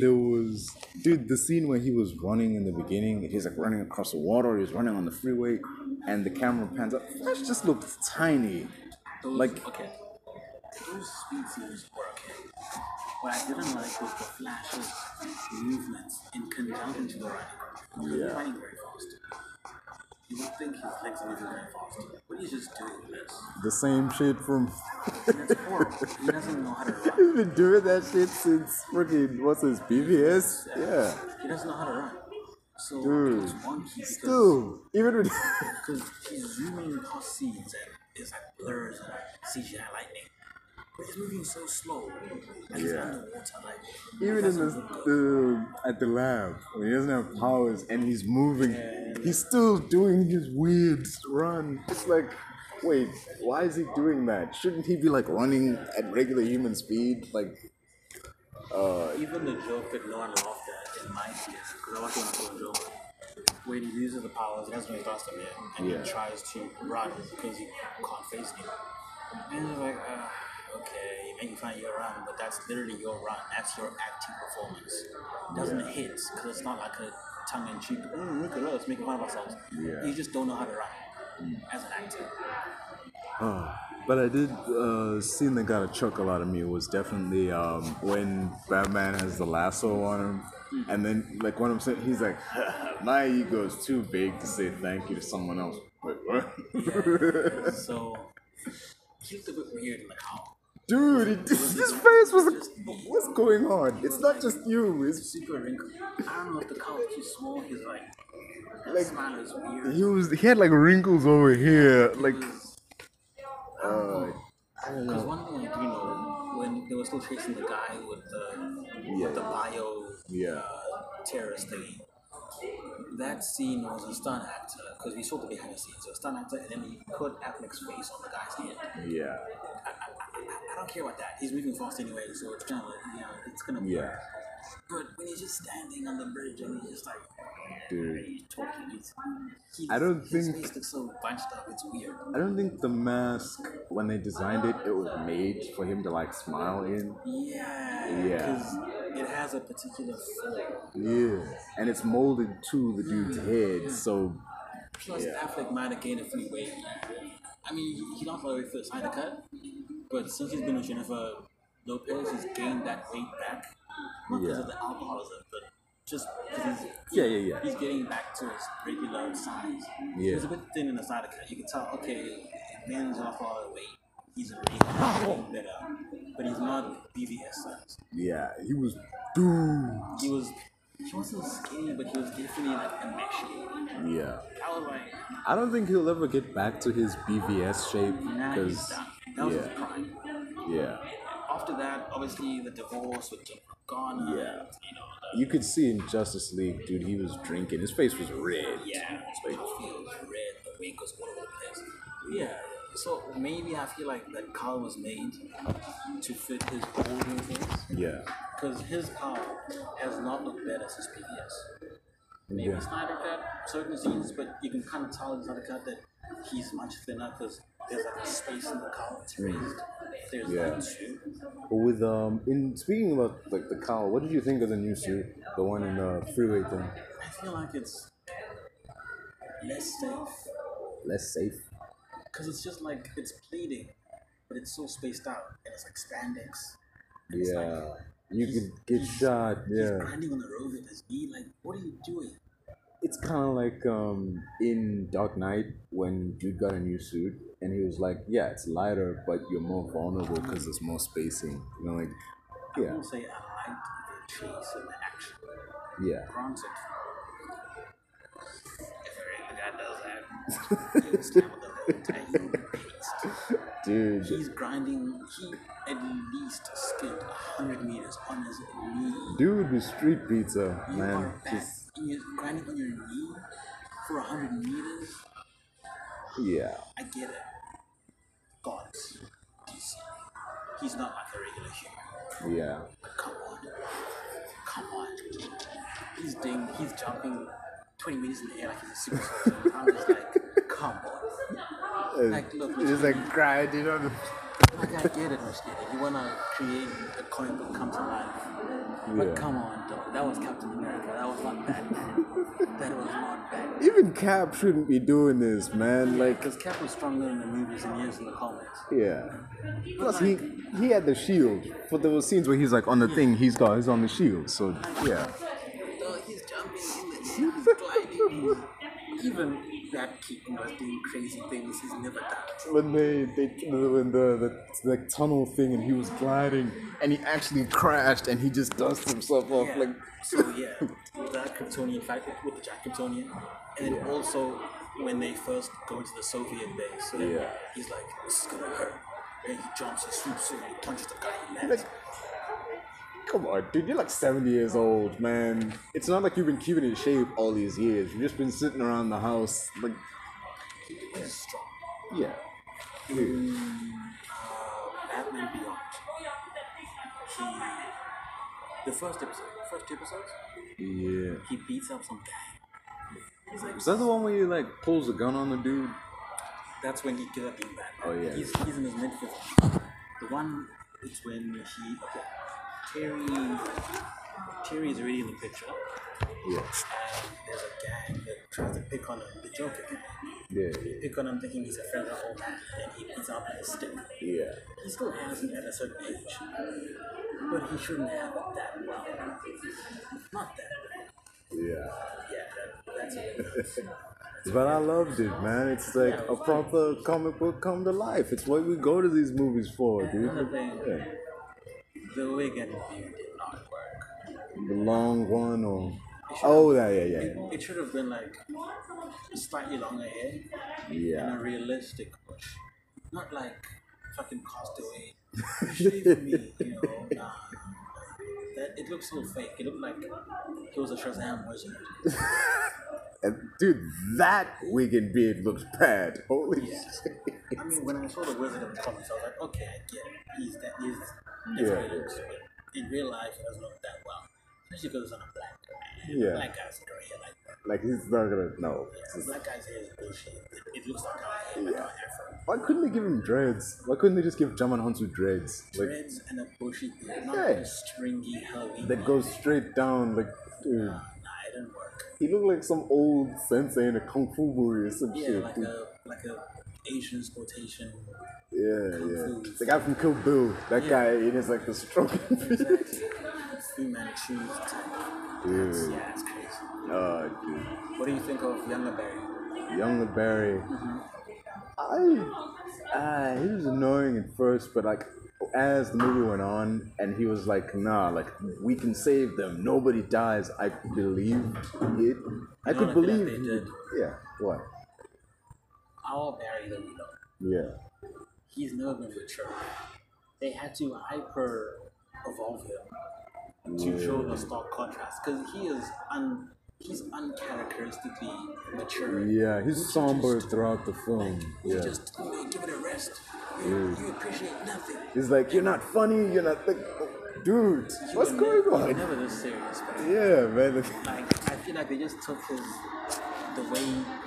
C: There was, dude, the scene where he was running in the beginning, he's like running across the water, he's running on the freeway, and the camera pans up. Flash just looked tiny.
B: Those,
C: Like-
B: okay, those speed scenes were okay. What I didn't like was the flashes, movements in conjunction to the running. Because he's running very fast. You would think his legs are moving very fast, but he's just doing this.
C: The same shit from.
B: And it's horrible. he doesn't know how to run.
C: He's been doing that shit since freaking, what's his, BVS? Yeah.
B: He doesn't know how to run. So
C: Dude.
B: it's wonky because
C: Dude, even when.
B: because he's zooming across scenes and it's like blurs and CGI lightning. But he's moving so slow. And he's
C: Yeah.
B: underwater, like
C: Even in this, the, at the lab, when he doesn't have powers and he's moving, he's still doing his weird run. It's like, wait, why is he doing that? Shouldn't he be like running at regular human speed? Like,
B: Even the joke that no one laughed at in my case, because I watched one of joke, when he uses the powers, that's when he starts to hit, and
C: Yeah.
B: he tries to run because he can't face him. And he's like, uh, okay, you're making fun of your run, but that's literally your run. That's your acting performance. It doesn't hit, because it's not like a tongue in cheek, oh, look at us, making fun of ourselves.
C: Yeah. Mm.
B: You just don't know how to run as an actor.
C: But I did uh, scene that got a chuckle out of me was definitely um, when Batman has the lasso on him, and then like one of them said, he's like, my ego is too big to say thank you to someone else. Wait, what?
B: So, he looked a bit weird in the cowl.
C: Dude, it, his face was like, what's going on? It's not just you. It's
B: super wrinkly. I don't know if the color is too small. He's like, that
C: Like-
B: smile is weird.
C: he was he had like wrinkles over here, like Uh,
B: Because one thing I do know, when they were still chasing the guy with the with the bio
C: yeah,
B: uh, terrorist thing, that scene was a stunt actor because we saw the behind the scenes. So a stunt actor, and then he put Affleck's face on the guy's head.
C: yeah,
B: I, I, I don't care about that. He's moving fast anyway, so it's gonna, you know, it's gonna.
C: yeah.
B: But when he's just standing on the bridge and he's just like,
C: Dude.
B: he's talking, he's, he,
C: I don't
B: his
C: think-
B: face looks so bunched up. It's weird.
C: I don't think the mask when they designed it, it was made for him to like smile in.
B: Yeah.
C: Yeah.
B: Because it has a particular form.
C: Yeah, and it's molded to the dude's head, so
B: Plus, Affleck might have gained a few weight. I mean, he lost a lot of weight for the Snyder cut, but since he's been with Jennifer Lopez, he's gained that weight back. Not because
C: Yeah.
B: of the alcoholism, but just because he's
C: yeah, yeah, yeah.
B: He's getting back to his regular size.
C: Yeah.
B: He's a bit thin in the side of cut. You can tell, okay, the man's off all the weight. He's already
C: Oh.
B: getting better. But he's not BVS size.
C: Yeah, he was doomed.
B: He was, he wasn't skinny, but he was definitely like a mesh.
C: Yeah.
B: I was like,
C: I don't think he'll ever get back to his BVS shape
B: nah, he's
C: because
B: done. That was
C: yeah.
B: his prime.
C: yeah,
B: After that, obviously, the divorce with Jennifer Garner.
C: Yeah.
B: You know, the,
C: you could see in Justice League, dude, he was drinking. His face was red.
B: yeah, his face was red, the wig was all over the place. Yeah, so maybe I feel like that collar was made to fit his older face.
C: Yeah.
B: Because his power has not looked bad as his PBS. Maybe
C: Yeah.
B: Snyder Cut, certain scenes, but you can kind of tell in Snyder Cut that he's much thinner because there's like a space in the collar that's raised. There's
C: Yeah.
B: like two.
C: But with um, in speaking about like the cowl, what did you think of the new suit, the one in the freeway thing?
B: I feel like it's less safe
C: Less safe.
B: because it's just like it's pleating, but it's so spaced out and it's like spandex. And it's like,
C: Yeah. You could get
B: he's-
C: shot. Yeah.
B: He's grinding on the road with his knee. Like, what are you doing?
C: it's kind of like um, in Dark Knight when Jude got a new suit and he was like, yeah, it's lighter, but you're more vulnerable because there's more spacing. You know, like,
B: I
C: yeah,
B: won't say I liked the chase and the action.
C: yeah.
B: Granted. If the guy does that, he was down with the whole time, he would be pissed.
C: Dude,
B: He's grinding, he at least skipped 100 meters on his knee.
C: dude with street pizza,
B: You
C: man.
B: are back
C: Just,
B: and you're grinding on your knee for 100 meters.
C: yeah.
B: I get it. Gods. DC. He's not like a regular human.
C: Yeah.
B: Come on. Come on. He's doing, he's jumping 20 meters in the air like he's a super soldier. I'm just like, come on. Like, look,
A: Just like grinding on the
B: like I get it, Mosquito. You want to create a coin that comes to life. But
C: Yeah.
B: come on, dog. That was Captain America. That was not Batman. that was not Batman.
C: Even Cap shouldn't be doing this, man. Like,
B: Because Cap was stronger in the movies and years in the comics.
C: yeah. Plus, he he had the shield. For there were scenes where he's like on the thing, he's got, he's on the shield. So, yeah.
B: Dog, he's jumping in the air. He's gliding. He's, even that keeping was doing crazy things he's never done.
C: when they, they when the, the the tunnel thing and he was gliding and he actually crashed and he just dusted himself off
B: Yeah.
C: like
B: so yeah, that Kryptonian fight with- with the Jack Kryptonian, and then also when they first go into the Soviet base, and
C: Yeah.
B: he's like, "This is gonna hurt." And he jumps, he swoops in, and he punches the guy. He lands.
C: like come on dude you're like 70 years old man it's not like you've been keeping in shape all these years you've just been sitting around the house like
B: He's strong.
C: yeah dude,
B: Batman Beyond. He, the first episode, first two episodes,
C: yeah
B: he beats up some guy. He's like,
C: is that the one where you like pulls a gun on the dude
B: That's when he gets up being Batman.
C: Oh, yeah.
B: He's, he's in his mid fifties. The one is when he okay. Terry Terry is already in the picture. And
C: yeah
B: there's a gang that tries to pick on him, the Joker gang.
C: yeah
B: They pick on him thinking he's a friend of the old man and he beats up with a stick.
C: yeah
B: He still has it at a certain age. But he shouldn't have it that well. Not that well.
C: yeah
B: Yeah, that, that's it.
C: But I loved it, man. It's like a proper comic book come to life. It's what we go to these movies for,
B: Another
C: dude.
B: thing,
C: Yeah.
B: the wig and beard did not work.
C: The long one or oh yeah yeah yeah
B: It, it should have been like slightly longer hair and a
C: yeah
B: realistic push. Not like fucking castaway. Shave me, you know. Nah. That, it looks so fake. It looked like he was a Shazam wizard.
C: and dude that wig and beard looks bad holy shit
B: I mean, when I saw the wizard in the comics, I was like, okay, I get it. He's that. He's that's
C: Yeah,
B: how he
C: yeah.
B: looks. But in real life, it doesn't look that well. Especially because it's on a black guy.
C: Yeah.
B: Black guy's gray hair like that.
C: Like he's not gonna know. It's
B: Yeah.
C: just-
B: Black guy's hair is bullshit. It, it looks like a hair, like
C: Yeah.
B: an afro.
C: Why couldn't they give him dreads? Why couldn't they just give Jaman Hansu dreads? Like
B: Dreads and a bushy beard, not a
C: Yeah.
B: stringy, hairy.
C: that goes straight down. Like dude,
B: Nah, it didn't work.
C: he looked like some old sensei in a kung fu movie or some
B: Yeah,
C: shit.
B: like
C: dude.
B: a like a Asian exploitation.
C: yeah,
B: kung
C: yeah.
B: fu.
C: The guy from Kill Bill. That guy, it is like the strongest.
B: Fu Manchu. type.
C: dude.
B: Yeah, it's crazy.
C: Oh, dude.
B: What do you think of Younger Barry?
C: Younger Barry. I, uh, he was annoying at first, but like as the movie went on, and he was like, "Nah, like we can save them. Nobody dies." I believed it. I
B: No, I
C: could
B: feel like
C: believe.
B: they
C: he-
B: did.
C: Yeah. What?
B: Our Barry that we know,
C: Yeah.
B: he's never been mature. They had to hyper evolve him to show the stark contrast because he is un he's uncharacteristically mature.
C: Yeah. He's somber throughout the film.
B: You
C: Yeah.
B: just you give it a rest. You, you appreciate nothing.
C: He's like, "You're not funny. You're not like, dude. What's
B: You're
C: going
B: never, you're
C: on?"
B: Never this serious. Barry.
C: Yeah, man. Like,
B: like I feel like they just took his the way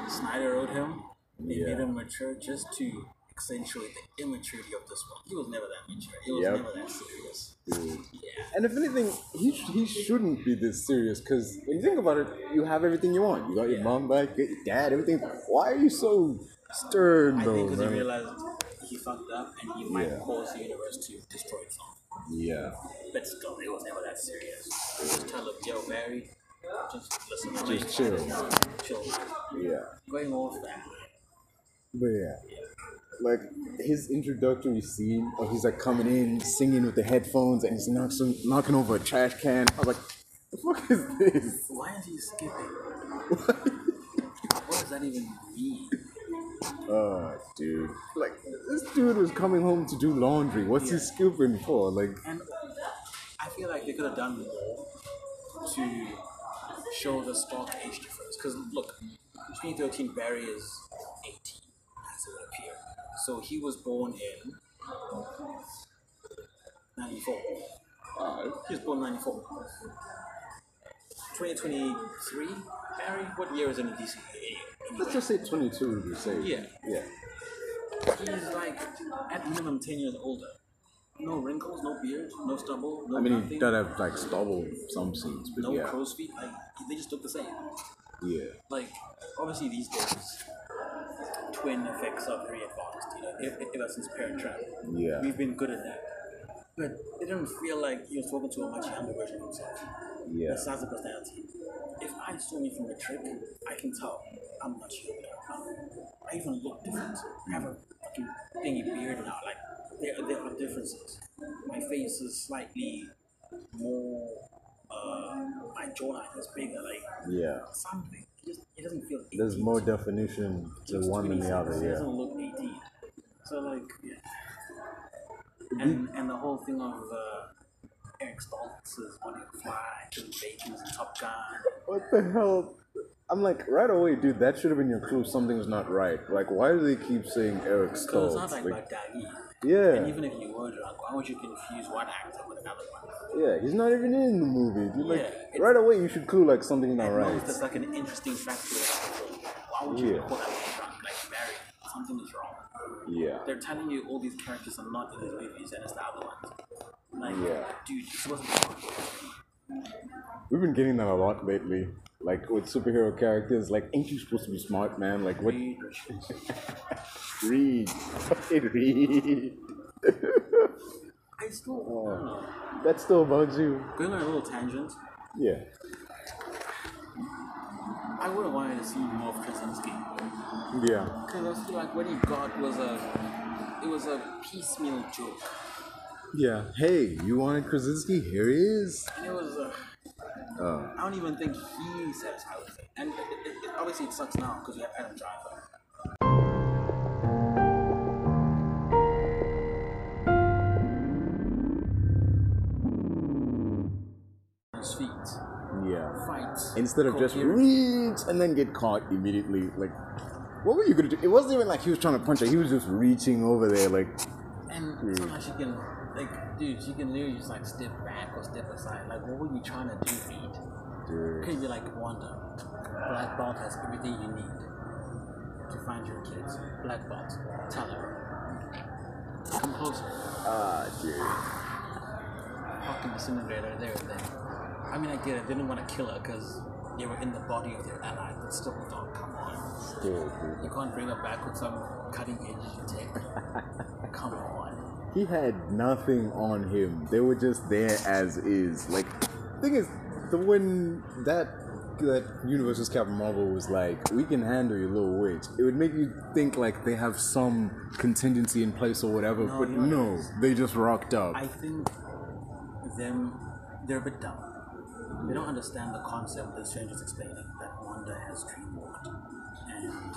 B: Snyder wrote him and
C: Yeah.
B: made him mature just to accentuate the immaturity of this one. He was never that mature. He was
C: Yep.
B: never that serious. Yeah.
C: And if anything, he, sh- he shouldn't be this serious because when you think about it, you have everything you want. You got your mom back, you got your dad, everything. Why are you so stern
B: I
C: though?
B: think because he
C: man?
B: realized he fucked up and he might
C: Yeah.
B: cause the universe to destroy itself.
C: yeah,
B: But still, it was never that serious. Just tell him, yo, Barry, just listen to
C: Just chill.
B: Chill.
C: yeah,
B: Going off that.
C: but yeah, like his introductory scene of he's like coming in singing with the headphones and he's knocking knocking over a trash can. I was like, the fuck is this?
B: Why is he skipping? what does that even mean?
C: Oh, dude, like this dude was coming home to do laundry. What's he skipping for? Like,
B: And I feel like they could have done more to show the stock age difference. Because look, 2013 Barry is 18, as it would appear. So he was born in 94. He was born in 94. 2023 Barry? What year is in a decent
C: let's just say twenty-two. would be safe.
B: Yeah.
C: yeah.
B: He's like at minimum 10 years older. No wrinkles, no beard, no stubble, no
C: I mean, he
B: nothing.
C: does have like stubble in some scenes, but
B: no
C: yeah,
B: crow's feet. Like they just look the same.
C: yeah,
B: Like obviously these days, twin effects are very advanced. You know, ev- ever since Parent Trap,
C: Yeah.
B: we've been good at that. But it didn't feel like you're talking to a much younger version of himself.
C: yeah,
B: Besides the personality, if I saw me from the trip, I can tell I'm much younger. I even look different. I have a fucking thingy beard now. Like there, there are differences. My face is slightly more. Uh, my jawline is bigger. Like
C: yeah.
B: something. It, just, it doesn't feel. 18
C: There's more
B: to
C: definition to one than the
B: 26. It
C: other.
B: doesn't
C: Yeah,
B: look 18. So like, yeah. and and the whole thing of uh, Eric Stoltz is wanting to fly, Jim Bacon's in Top Gun.
C: what the hell? I'm like right away, dude. That should have been your clue. Something's not right. Like, why do they keep saying Eric
B: So it's
C: Stoltz?
B: not like
C: Like,
B: Baghdadi. And
C: yeah,
B: even if you were drunk, why would you confuse one actor with another one?
C: yeah. He's not even in the movie. Dude. Like,
B: Yeah, it's-
C: right away, you should clue like something's not
B: At
C: right.
B: most, it's like an interesting factor. Why would you
C: Yeah.
B: call that one drunk? Like Barry, something is wrong.
C: Yeah,
B: they're telling you all these characters are not in the movies and it's the other ones. Like,
C: Yeah.
B: dude, this wasn't fun.
C: we've been getting that a lot lately. Like with superhero characters, like, ain't you supposed to be smart, man? Like, what?
B: Reed,
C: Read, fucking read.
B: I still, I don't know.
C: That still bugs you.
B: Going on a little tangent,
C: Yeah.
B: I would have wanted to see more of Krasinski.
C: Yeah.
B: Because I feel like what he got was a, it was a piecemeal joke.
C: Yeah. Hey, you wanted Krasinski? Here he is.
B: And it was, uh,
C: Oh.
B: I don't even think he satisfied with it. And it, it, it, obviously it sucks now because we have Adam Driver. His feet.
C: Yeah.
B: fight
C: Instead of just
B: coherent.
C: reach and then get caught immediately, like, what were you gonna do? It wasn't even like he was trying to punch her. He was just reaching over there, like,
B: and sometimes you can Like, dude, you can literally just like step back or step aside. Like, what were you trying to do, Reed?
C: Dude.
B: Could be like Wanda. Black Belt has everything you need to find your kids. Black Belt, tell her. Come closer.
C: Ah, dude.
B: Fucking disintegrator there and then. I mean, I get it. They didn't want to kill her because they were in the body of their ally, but still, don't come on.
C: Still, dude.
B: You can't bring her back with some cutting edge tech. come on.
C: He had nothing on him. They were just there as is. Like, thing is, the when that that Universal's Captain Marvel was like, "We can handle your little witch," it would make you think like they have some contingency in place or whatever.
B: No,
C: but
B: you know what
C: no,
B: it is?
C: they just rocked up.
B: I think them, they're a bit dumb. They don't understand the concept that Strange is explaining that Wanda has dreamwalked and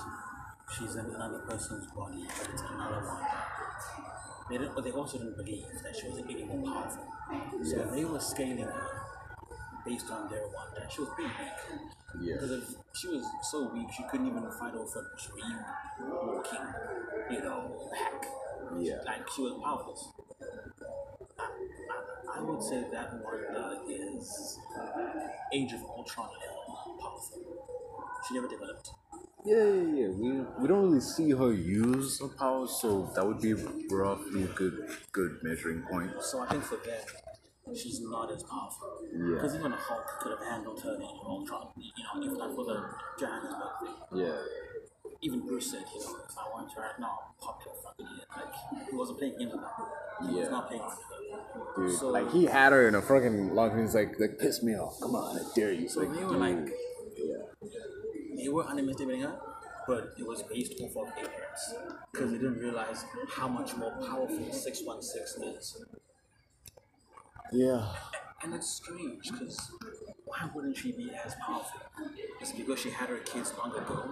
B: she's in another person's body, but it's another Wanda. They, didn't, but they also didn't believe that she was any more powerful. So they were scaling her based on their Wanda. She was pretty weak.
C: Yeah.
B: Because if she was so weak, she couldn't even fight off a dream walking, you know, hack.
C: Yeah.
B: Like, she was powerless. I would say that Wanda is Age of Ultron level powerful. She never developed.
C: yeah, yeah, yeah. We we don't really see her use her powers, so that would be roughly a good good measuring point.
B: So I think for that, she's not as powerful.
C: Yeah.
B: Because even Hulk could have handled her in Age of Ultron, you know, if not for the Johannesburg thing.
C: Yeah.
B: Even Bruce said, you know, if I want you right now, pop your fucking head. Like, he wasn't playing into that. He was
C: Yeah.
B: not playing into that.
C: Dude,
B: So-
C: like he had her in a fucking lock, and he's like, like, piss me off. Come on, I dare you. It's
B: So
C: like,
B: they were
C: dude,
B: like,
C: yeah.
B: they were underestimating her, but it was based off of ignorance because they didn't realize how much more powerful 616 is.
C: Yeah.
B: And it's strange because why wouldn't she be as powerful? It's because she had her kids long ago.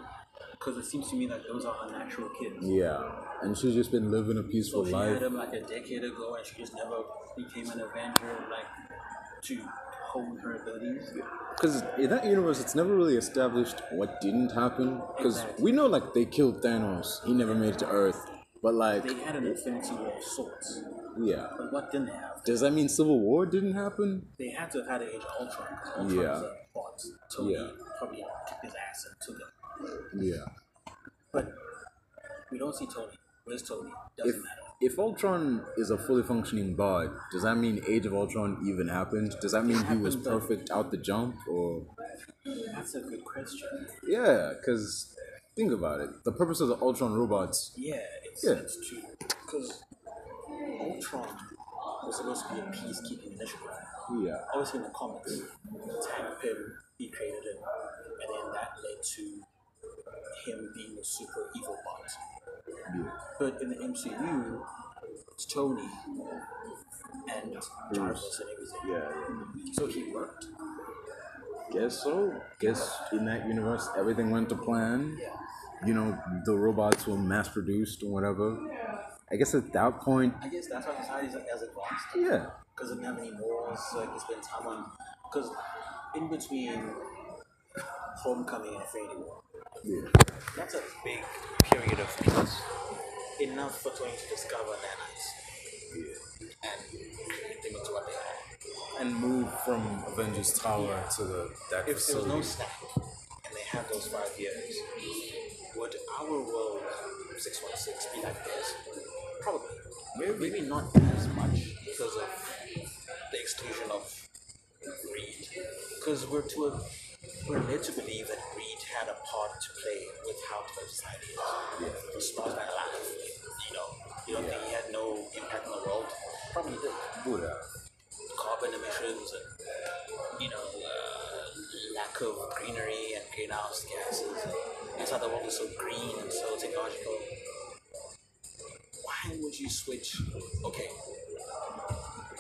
B: Because it seems to me that those are her natural kids.
C: Yeah. And she's just been living a peaceful
B: So she
C: life.
B: had them like a decade ago, and she just never became an Avenger, like to hone her abilities.
C: Because in that universe, it's never really established what didn't happen. Because
B: Exactly.
C: we know, like, they killed Thanos. He never made it to Earth. But, like,
B: They had an Infinity War of sorts,
C: yeah.
B: but what didn't they have?
C: Does that mean Civil War didn't happen?
B: they had to have had an Age of Ultron because Ultron
C: Yeah.
B: was a bot. Tony
C: Yeah.
B: probably kicked his ass and took him.
C: Yeah.
B: But we don't see Tony. Where's Tony? Doesn't
C: If,
B: matter.
C: if Ultron is a fully functioning god, does that mean Age of Ultron even happened? Does that mean he was
B: happened, but-
C: perfect out the jump? Or.
B: That's a good question.
C: Yeah, because think about it. The purpose of the Ultron robots.
B: Yeah, it's,
C: Yeah.
B: it's true. Because Ultron was supposed to be a peacekeeping initiative.
C: Yeah.
B: Obviously, in the comics, Hank Pym, he created him, and then that led to him being a super evil bot.
C: yeah.
B: But in the MCU, it's Tony and Jarvis and everything. So he worked.
C: Guess so. Guess in that universe, everything went to plan.
B: Yeah.
C: You know, the robots were mass produced or whatever. I guess at that point,
B: I guess that's why society's like as advanced
C: yeah.
B: because it didn't have any morals, so it could spend time on. Because in between Homecoming and Infinity War,
C: Yeah.
B: that's a big period of peace. Enough for Tony to discover nanites and create them into what they are.
C: And move from Avengers Tower to the that
B: If there was no snap and they had those five years, would our world 616 be like this? Probably. Maybe, not as much because of the exclusion of Reed. Because we're to a, we're led to believe that Reed had a part to play with how the society is. Yeah. Smells like alive. You know, you don't think he had no impact on the world? Probably did
C: Buddha.
B: carbon emissions and you know uh, lack of greenery and greenhouse gases. That's why the world is so green and so technological. Why would you switch? Okay,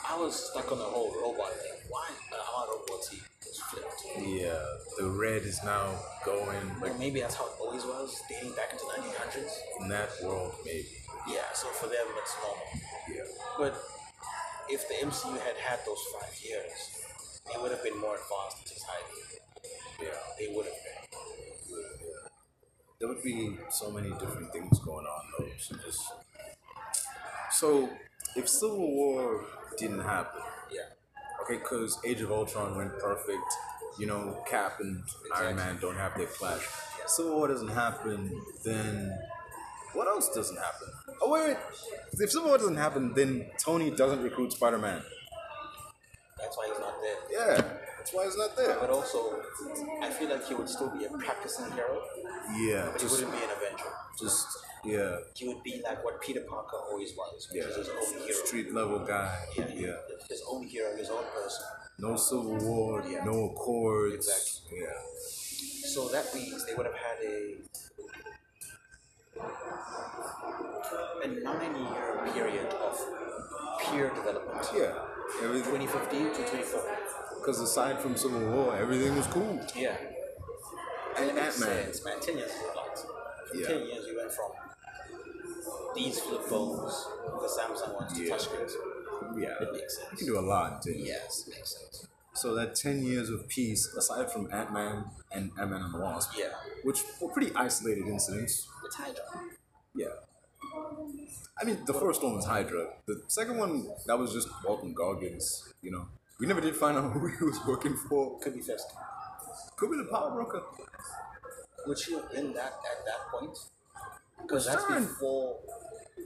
B: I was stuck on the whole robot thing. Why uh, our robot team was flipped?
C: Yeah. The red is now going
B: Or maybe that's how it always was, dating back into the 1900s.
C: in that world, maybe.
B: Yeah, so for them it's normal.
C: Yeah.
B: But if the MCU had had those five years, they would have been more advanced in society.
C: Yeah.
B: They would have been.
C: there would be so many different things going on though. So just so if Civil War didn't happen,
B: Yeah.
C: okay, because Age of Ultron went perfect. You know, Cap and Iron Man don't have their clash. Civil War doesn't happen, then what else doesn't happen? Oh wait, wait. if Civil War doesn't happen, then Tony doesn't recruit Spider Man.
B: That's why he's not there.
C: Yeah, that's why he's not there.
B: But also, I feel like he would still be a practicing hero,
C: Yeah,
B: but he
C: just,
B: wouldn't be an Avenger.
C: just yeah,
B: He would be like what Peter Parker always was, which
C: yeah.
B: is his own hero.
C: Street level guy.
B: Yeah,
C: yeah.
B: His own hero, his own person.
C: No civil war,
B: Yeah.
C: no accords.
B: Exactly.
C: Yeah.
B: So that means they would have had a a nine-year period of peer development.
C: Yeah. Everything.
B: 2015 to 2040.
C: Because aside from civil war, everything was cool.
B: Yeah.
C: And
B: Makes
C: Ant-Man.
B: sense, man. 10 years is a lot. In
C: Yeah.
B: 10 years, we went from these flip phones, the Samsung ones, to
C: Yeah.
B: touchscreens.
C: Yeah.
B: It makes sense.
C: You can do a lot, dude.
B: Yes, makes sense.
C: So that 10 years of peace, aside from Ant-Man and Ant-Man and the Wasp,
B: Yeah.
C: which were pretty isolated incidents.
B: It's Hydra.
C: Yeah. I mean, the first one was Hydra. The second one, that was just Walton Goggins, you know. We never did find out who he was working for.
B: Could be Fisk.
C: Could be the power broker.
B: Would she have been that at that point? Because that's
C: Sharon.
B: before.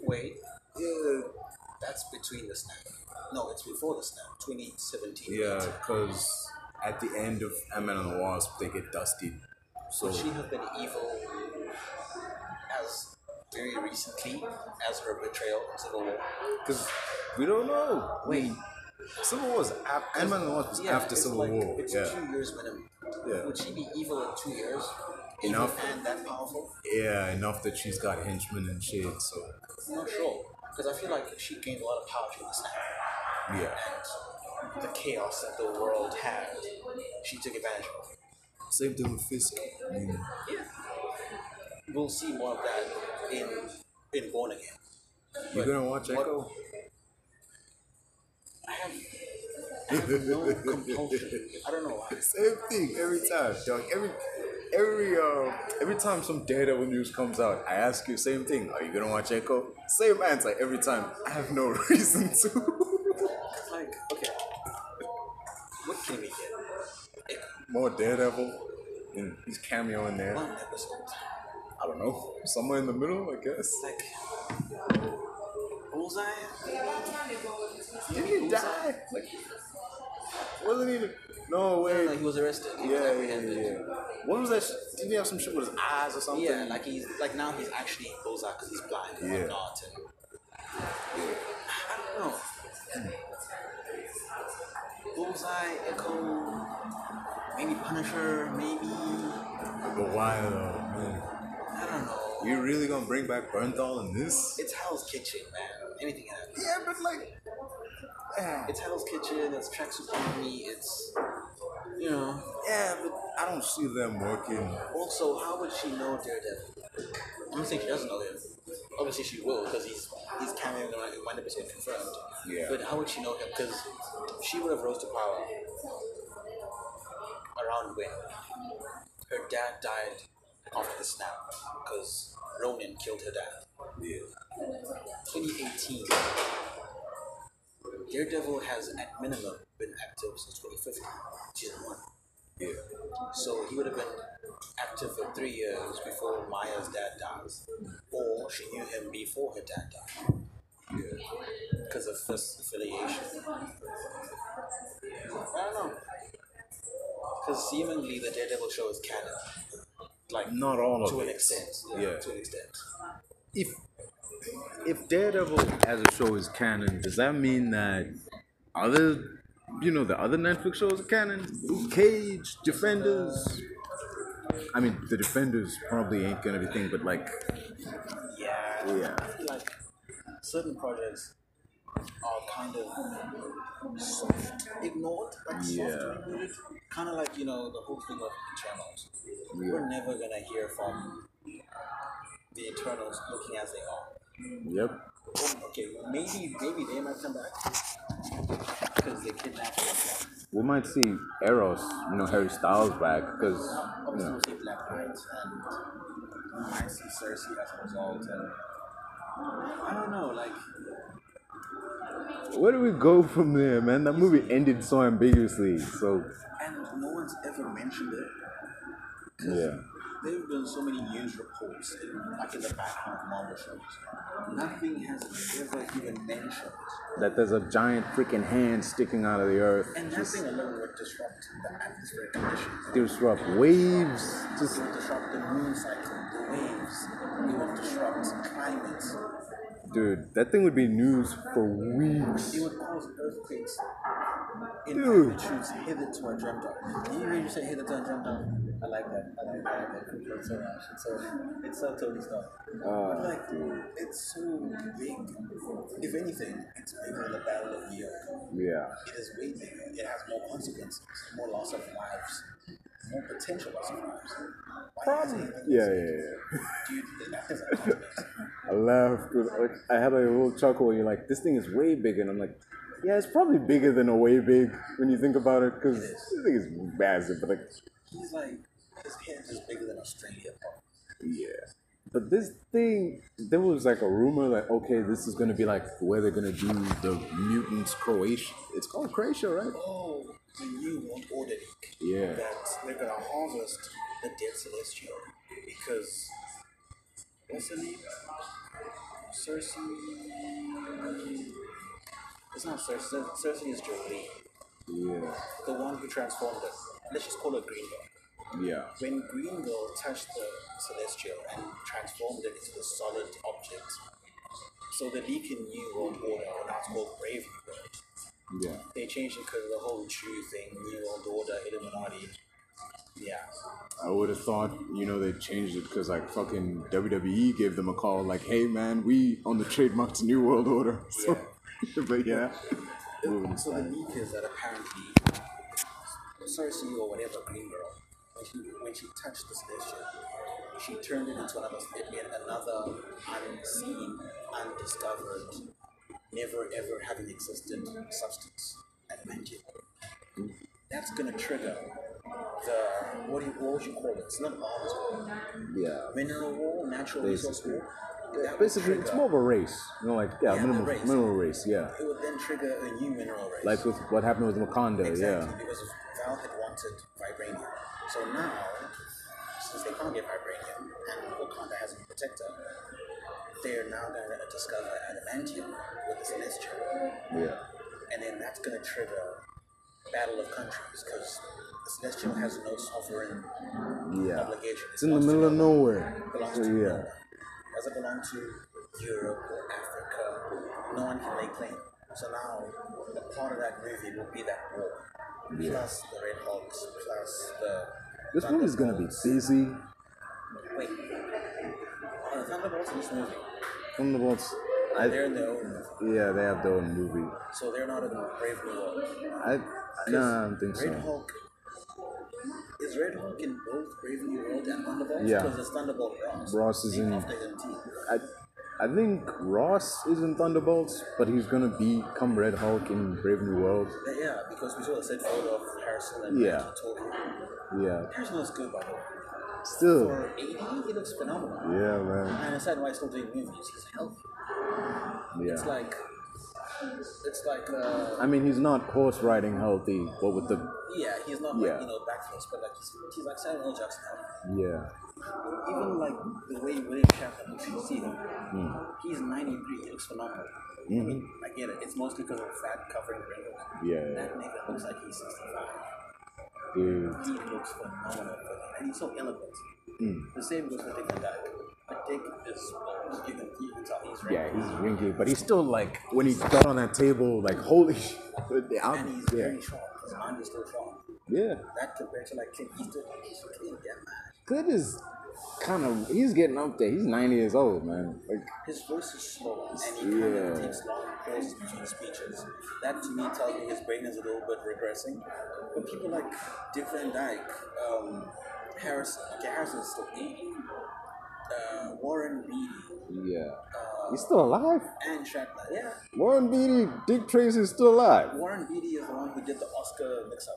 B: Wait,
C: Yeah.
B: that's between the snap. No, it's before the snap. 2017.
C: Yeah, because at the end of Ant-Man and the Wasp, they get dusted. So
B: Would she have been evil as very recently as her betrayal in Civil War?
C: Because we don't know. Wait. Civil War was after Ant Man and the Wasp was after
B: it's
C: Civil
B: like-
C: War.
B: It's
C: Yeah.
B: two years minimum.
C: Yeah.
B: Would she be evil in two years?
C: Enough.
B: Evil and that powerful?
C: Yeah, enough that she's got henchmen and shit, so
B: I'm not sure. Because I feel like she gained a lot of power through the snap.
C: yeah.
B: And the chaos that the world had, she took advantage of.
C: Same thing with Fisk. I mean,
B: we'll see more of that in in Born Again.
C: you gonna watch
B: What-
C: Echo?
B: I have, I have no compulsion. I don't know why.
C: Same thing every time, dog. Every every uh, every time some Daredevil news comes out, I ask you same thing. Are you gonna watch Echo? Same answer every time. I have no reason to.
B: It's like, okay, what can we get?
C: More Daredevil, and his cameo in there.
B: One episode.
C: I don't know, somewhere in the middle, I guess.
B: It's like Bullseye.
C: Did he die? Like, wasn't he? No way.
B: No, he was arrested. He was
C: yeah, yeah,
B: apprehended.
C: yeah, yeah. What was that? Sh- Didn't he have some shit with his eyes or something?
B: Yeah, like he's like now he's actually Bullseye because he's blind and
C: Yeah.
B: whatnot. And I don't know. Bullseye, Echo, maybe Punisher, maybe
C: But why though? Man?
B: I don't know.
C: You really gonna bring back Burnthal in this?
B: It's Hell's Kitchen, man. Anything can happen.
C: Yeah, but like, yeah,
B: It's Hell's Kitchen. It's Tracksuit Company. It's you know.
C: yeah, but I don't see them working.
B: Also, how would she know Daredevil? I'm not saying she doesn't know him. Obviously, she will because he's he's cameoing in one- in one episode confirmed.
C: Yeah.
B: But how would she know him? Because she would have rose to power around when her dad died after the snap because Ronan killed her dad.
C: Yeah.
B: 2018. Daredevil has at minimum been active since 2015, season one.
C: Yeah.
B: So he would have been active for three years before Maya's dad dies, or she knew him before her dad died
C: Yeah.
B: because of this affiliation. I don't know. Because seemingly the Daredevil show is canon, like
C: Not all of
B: to an
C: it.
B: extent.
C: Yeah.
B: to an extent.
C: if if Daredevil as a show is canon, does that mean that other you know the other Netflix shows are canon? Luke Cage, Defenders. I mean, the Defenders probably ain't gonna be thing, but like,
B: Yeah.
C: yeah,
B: I feel like certain projects are kind of soft ignored, like soft
C: Yeah.
B: removed. Kind of like you know the whole thing of Eternals. We're never gonna hear from the Eternals looking as they are.
C: yep,
B: Okay, maybe maybe they might come back because they kidnapped them.
C: we might see Eros, you know, Harry Styles back because you
B: Obviously,
C: know,
B: we'll see Black Prince and we might see Cersei as a result. And I don't know, like
A: Where do we go from there, man? That movie ended so ambiguously. So
B: And no one's ever mentioned it.
A: yeah,
B: There have been so many news reports, in, like in the background of Marvel shows. Nothing has ever even mentioned.
A: that there's a giant freaking hand sticking out of the earth,
B: And that
A: just
B: thing alone would disrupt the atmospheric conditions.
A: disrupt waves. Just
B: It would disrupt the moon cycle, the waves. It would disrupt climates.
A: dude, that thing would be news for weeks.
B: It would cause earthquakes in
A: Dude.
B: magnitudes hitherto undreamt of. Did you hear you say hitherto undreamt of? I like that. I like that. I like that. It's so much. It's so, it's so Tony Stark.
A: Ah,
B: But like, it's so big. If anything, it's bigger than the Battle of New York.
A: Yeah,
B: It is way bigger. It has more consequences, more loss of lives, more potential loss of lives. Problem.
A: yeah, yeah, yeah.
B: Dude, that is a consequence.
A: I laughed. With, like, I had a little chuckle. You're like, this thing is way bigger. And I'm like, yeah, it's probably bigger than a way big when you think about it, because this thing is massive. But like,
B: He's like, his head is bigger than Australia.
A: yeah. But this thing, there was like a rumor like, okay, this is gonna be like where they're gonna do the mutants Croatia. It's called Croatia, right?
B: Oh, the new world order.
A: Yeah.
B: That they're gonna harvest the dead celestial because what's her name? Cersei. It's not Cersei. Cersei is Jolie,
A: Yeah.
B: the one who transformed us. Let's just call her Green Girl.
A: Yeah.
B: When Green Girl touched the celestial and transformed it into a solid object, so the Leakin New World Order, or now it's called Brave New World,
A: Yeah.
B: they changed it because of the whole Jew thing, New World Order, Illuminati. Yeah.
A: I would have thought, you know, they changed it because like fucking WWE gave them a call, like, "Hey man, we on the trademark's New World Order." So, but yeah, Moving
B: So the leak is that apparently Cersei or whatever Green Girl, when she, when she touched the celestial, she turned it into another yet another unseen, undiscovered, never ever having existed substance and magic. That's gonna trigger the what do you what would you call it? It's not arms war.
A: yeah.
B: mineral war, natural resource war. That would
A: Basically, it's
B: trigger-
A: more of a race, you know, like yeah,
B: Yeah,
A: minimal,
B: a race.
A: minimal race, yeah.
B: It would then trigger a new mineral race.
A: Like with what happened with Wakanda,
B: Exactly, because Val had wanted vibranium. So now, since they can't get vibranium, and Wakanda has a protector, they're now going to discover adamantium with the Celestial.
A: yeah, yeah,
B: And then that's going to trigger battle of countries, because the Celestial has no sovereign
A: yeah.
B: obligation.
A: It's in the middle of nowhere,
B: belongs
A: so
B: to
A: yeah,
B: Does it belong to Europe or Africa? No one can lay claim. So now, the part of that movie will be that war. Plus the Red Hawks, plus the.
A: this movie's gonna be busy.
B: Wait. Oh, the Thunderbolts in this movie.
A: Thunderbolts, I,
B: They're in their own movie.
A: yeah, they have their own movie.
B: So they're not in the Brave New World.
A: I, nah, I don't think
B: Red
A: so.
B: Hulk. Is Red Hulk in both Brave New World and Thunderbolts?
A: Yeah.
B: Because it's Thunderbolt Ross.
A: Ross is in
B: After MT.
A: I, I think Ross is in Thunderbolts, but he's gonna become Red Hulk in Brave New World.
B: Yeah, because we saw the said photo of Harrison and
A: Yeah.
B: Maggie talking.
A: Yeah,
B: Harrison looks good, by the way.
A: still.
B: For 80, he looks phenomenal.
A: Yeah, man.
B: I understand why he's still doing movies. He's healthy. It's
A: Yeah.
B: like, it's like, uh,
A: I mean, he's not horse riding healthy, but with the
B: yeah, he's not
A: Yeah.
B: like, you know, backwards, but like, he's, he's like Samuel L. Jackson. healthy.
A: yeah,
B: Even like the way William Shatner looks, you see him.
A: Hmm.
B: He's 93, he looks phenomenal. I mean, I get it. It's mostly because of fat covering wrinkles.
A: Yeah.
B: That nigga looks like he's 65.
A: dude.
B: He looks phenomenal, and he's so eloquent.
A: Hmm.
B: The same goes for Dick Van Dyke. But Dick is, you can, you can tell he's right.
A: Yeah, he's wrinkly, but he's still like when he got on that table, like holy. shit.
B: and he's
A: yeah,
B: very sharp. His mind is still sharp.
A: yeah.
B: That compared to like Clint Eastwood, he's clean, yeah.
A: Clint is kind of he's getting up there. He's ninety years old, man. Like
B: His voice is slow, and he kind of
A: Yeah.
B: takes long pauses between speeches. That to me tells me his brain is a little bit regressing. But people like Dick Van Dyke, um, Harrison, okay, Harrison's still 80, uh, Warren Beatty,
A: yeah, he's still alive.
B: and Shatner. Yeah,
A: Warren Beatty, Dick Tracy is still alive.
B: Warren Beatty is the one who did the Oscar mix-up.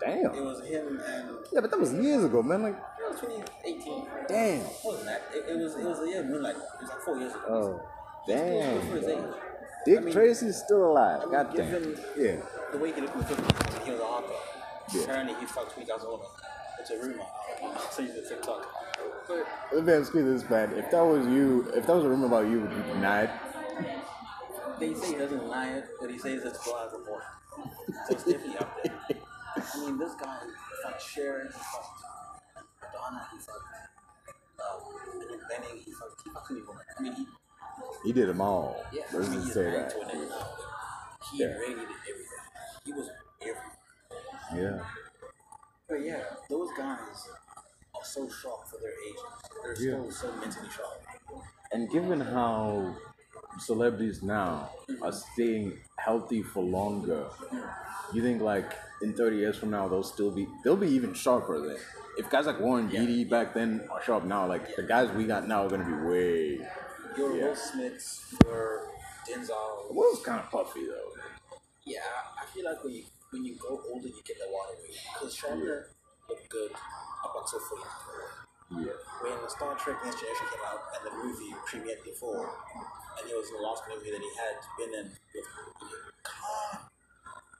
A: Damn.
B: It was him and
A: Yeah, but that was years ago, man. Like,
B: it was 2018.
A: damn.
B: It wasn't that. It, it was it was the year of Moonlight. It was like four years ago.
A: Oh,
B: He was
A: damn.
B: good for his age.
A: Dick
B: I mean-
A: Tracy's still alive.
B: I mean,
A: God
B: give
A: damn.
B: him-
A: Yeah.
B: The way he looked in the film, he was a hot dog. Apparently, he fucked three guys over. It's a rumor. I'll send you the TikTok. But
A: Let me ask you this, man. If that was you, if that was a rumor about you, would you deny it?
B: they say he doesn't lie, it, but he says it's blind before. So it's definitely up there. I mean, this guy fucked Sharon, he fucked Madonna, he fucked um, Annette Bening, he fucked, he fucked anyone. I mean, he,
A: He did them all.
B: yeah,
A: Let's
B: I mean,
A: just
B: he's
A: say
B: married
A: that.
B: to an He
A: Yeah.
B: really did everything. He was everything.
A: Yeah.
B: But yeah, those guys are so shocked for their age. They're still so mentally shocked.
A: And given how celebrities now are staying healthy for longer, you think like in 30 years from now they'll still be they'll be even sharper then. If guys like Warren Beatty back then are sharp now, like the guys we got now are gonna be way.
B: Your
A: Yeah.
B: Will Smiths, your Denzel.
A: The world's kind of puffy though.
B: Yeah, I feel like when you when you grow older, you get the water because Shatner looked good up until forty nine.
A: Yeah.
B: When the Star Trek Next Generation came out and the movie premiered before, and it was the last movie that he had been in with calm.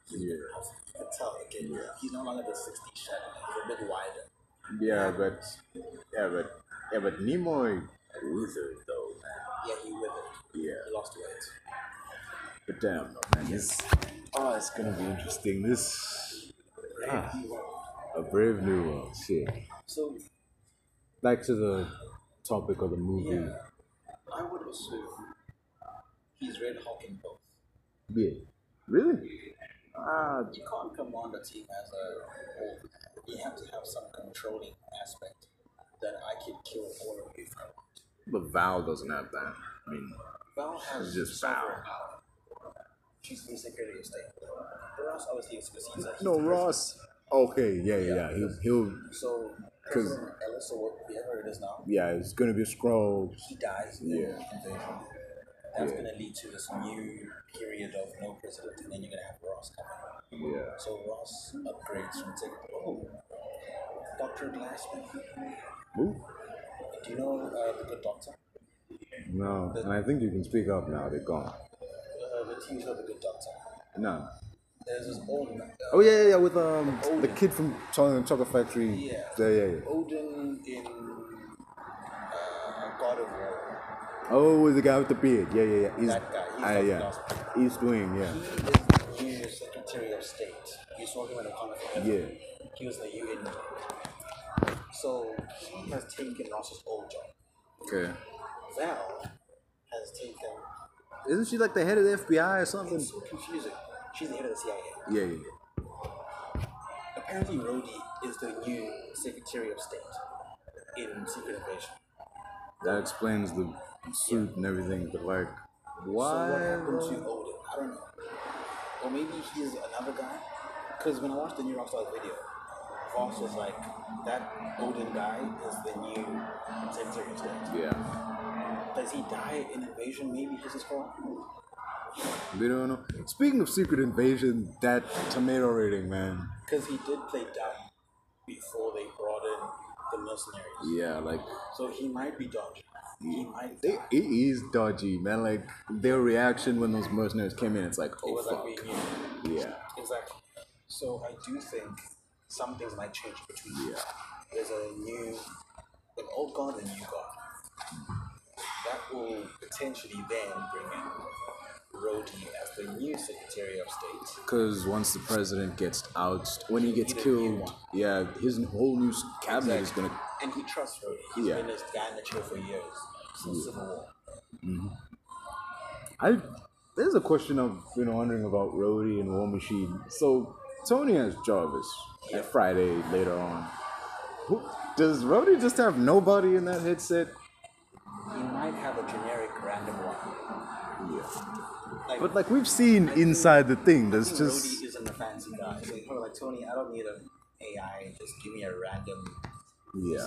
B: He's
A: Yeah.
B: been off. You can tell again. He's no longer the 60s Shatner. He's a bit wider.
A: Yeah, but yeah, but yeah, but Nimoy withered though, man.
B: Yeah, he withered.
A: Yeah.
B: He lost weight.
A: But damn, man, this oh, it's gonna be interesting. This ah, a brave new world. Shit.
B: So
A: Back to the topic of the movie.
B: Yeah. I would assume he's Red Hawk in both.
A: Yeah. Really? Ah,
B: You can't command a team as a whole. You have to have some controlling aspect that I could kill all of you from.
A: but Val doesn't have that. I mean,
B: Val has
A: It's just
B: sovereign power. She's the Secretary of State. Ross obviously is because he's a he's
A: no
B: a president.
A: Ross. Okay, yeah, yeah, yeah. He'll, he'll,
B: So
A: 'Cause-
B: President Ellis or whatever it is now,
A: yeah. It's gonna be a scroll.
B: he dies. in
A: Yeah.
B: the invasion. That's
A: Yeah.
B: going to lead to this new period of no president, and then you're going to have Ross coming.
A: Yeah.
B: So Ross upgrades from taking. Oh, Doctor Glassman.
A: Ooh.
B: Do you know uh, the Good Doctor?
A: No, and I think you can speak up now. They're gone.
B: Uh, the TV show The Good Doctor.
A: No.
B: There's this old man. Uh,
A: Oh yeah, yeah, yeah. With um the kid from Charlie and the Chocolate Factory.
B: Yeah.
A: Yeah, yeah, yeah.
B: Odin in uh, God of War.
A: Oh, the guy with the beard. Yeah, yeah, yeah. He's,
B: That guy, he's
A: ah,
B: not
A: yeah.
B: lost.
A: East Wing. Yeah.
B: He is the UN Secretary of State. You saw him at the conference.
A: Yeah.
B: He was the UN. guy. So he has taken Ross's old job.
A: Okay.
B: Val has taken.
A: Isn't she like the head of the FBI or something?
B: It's so confusing. She's the head of the CIA.
A: Yeah, yeah.
B: Apparently, Rhodey is the new Secretary of State in Secret Invasion.
A: That explains the suit and everything. But like, why?
B: So what happened to Odin? I don't know. Or maybe he's another guy. Because when I watched the new Rockstar video, Voss was like, that Odin guy is the new Secretary of State.
A: yeah.
B: Does he die in invasion? Maybe he's his fault?
A: We don't know. Speaking of Secret Invasion, that tomato rating, man.
B: Because he did play dumb before they brought in the mercenaries.
A: Yeah, like
B: So he might be dodgy. He might
A: it,
B: die.
A: it is dodgy, man. Like their reaction when those mercenaries came in, it's like,
B: It
A: oh
B: was like we
A: fuck.
B: knew.
A: Yeah.
B: Exactly. So I do think some things might change between you.
A: Yeah.
B: There's a new, an old god and a new god. That will potentially then bring in Rhodey as the new Secretary of State.
A: Because once the president gets ousted, when he gets
B: Either you
A: killed,
B: want-
A: yeah, his whole new s- cabinet is gonna.
B: And he trusts Rhodey. He's
A: Yeah.
B: been this guy in the chair for years, since Civil War.
A: I there's a question I've been wondering about Rhodey and War Machine. So Tony has Jarvis
B: Yeah.
A: at Friday later on. Who, does Rhodey just have nobody in that headset?
B: He might have a generic random one.
A: Yeah.
B: Like,
A: But like we've seen inside the thing,
B: I
A: there's
B: think
A: just
B: Rhodey isn't a fancy guy. So he's probably like, Tony, I don't need an AI. Just give me a random
A: yeah,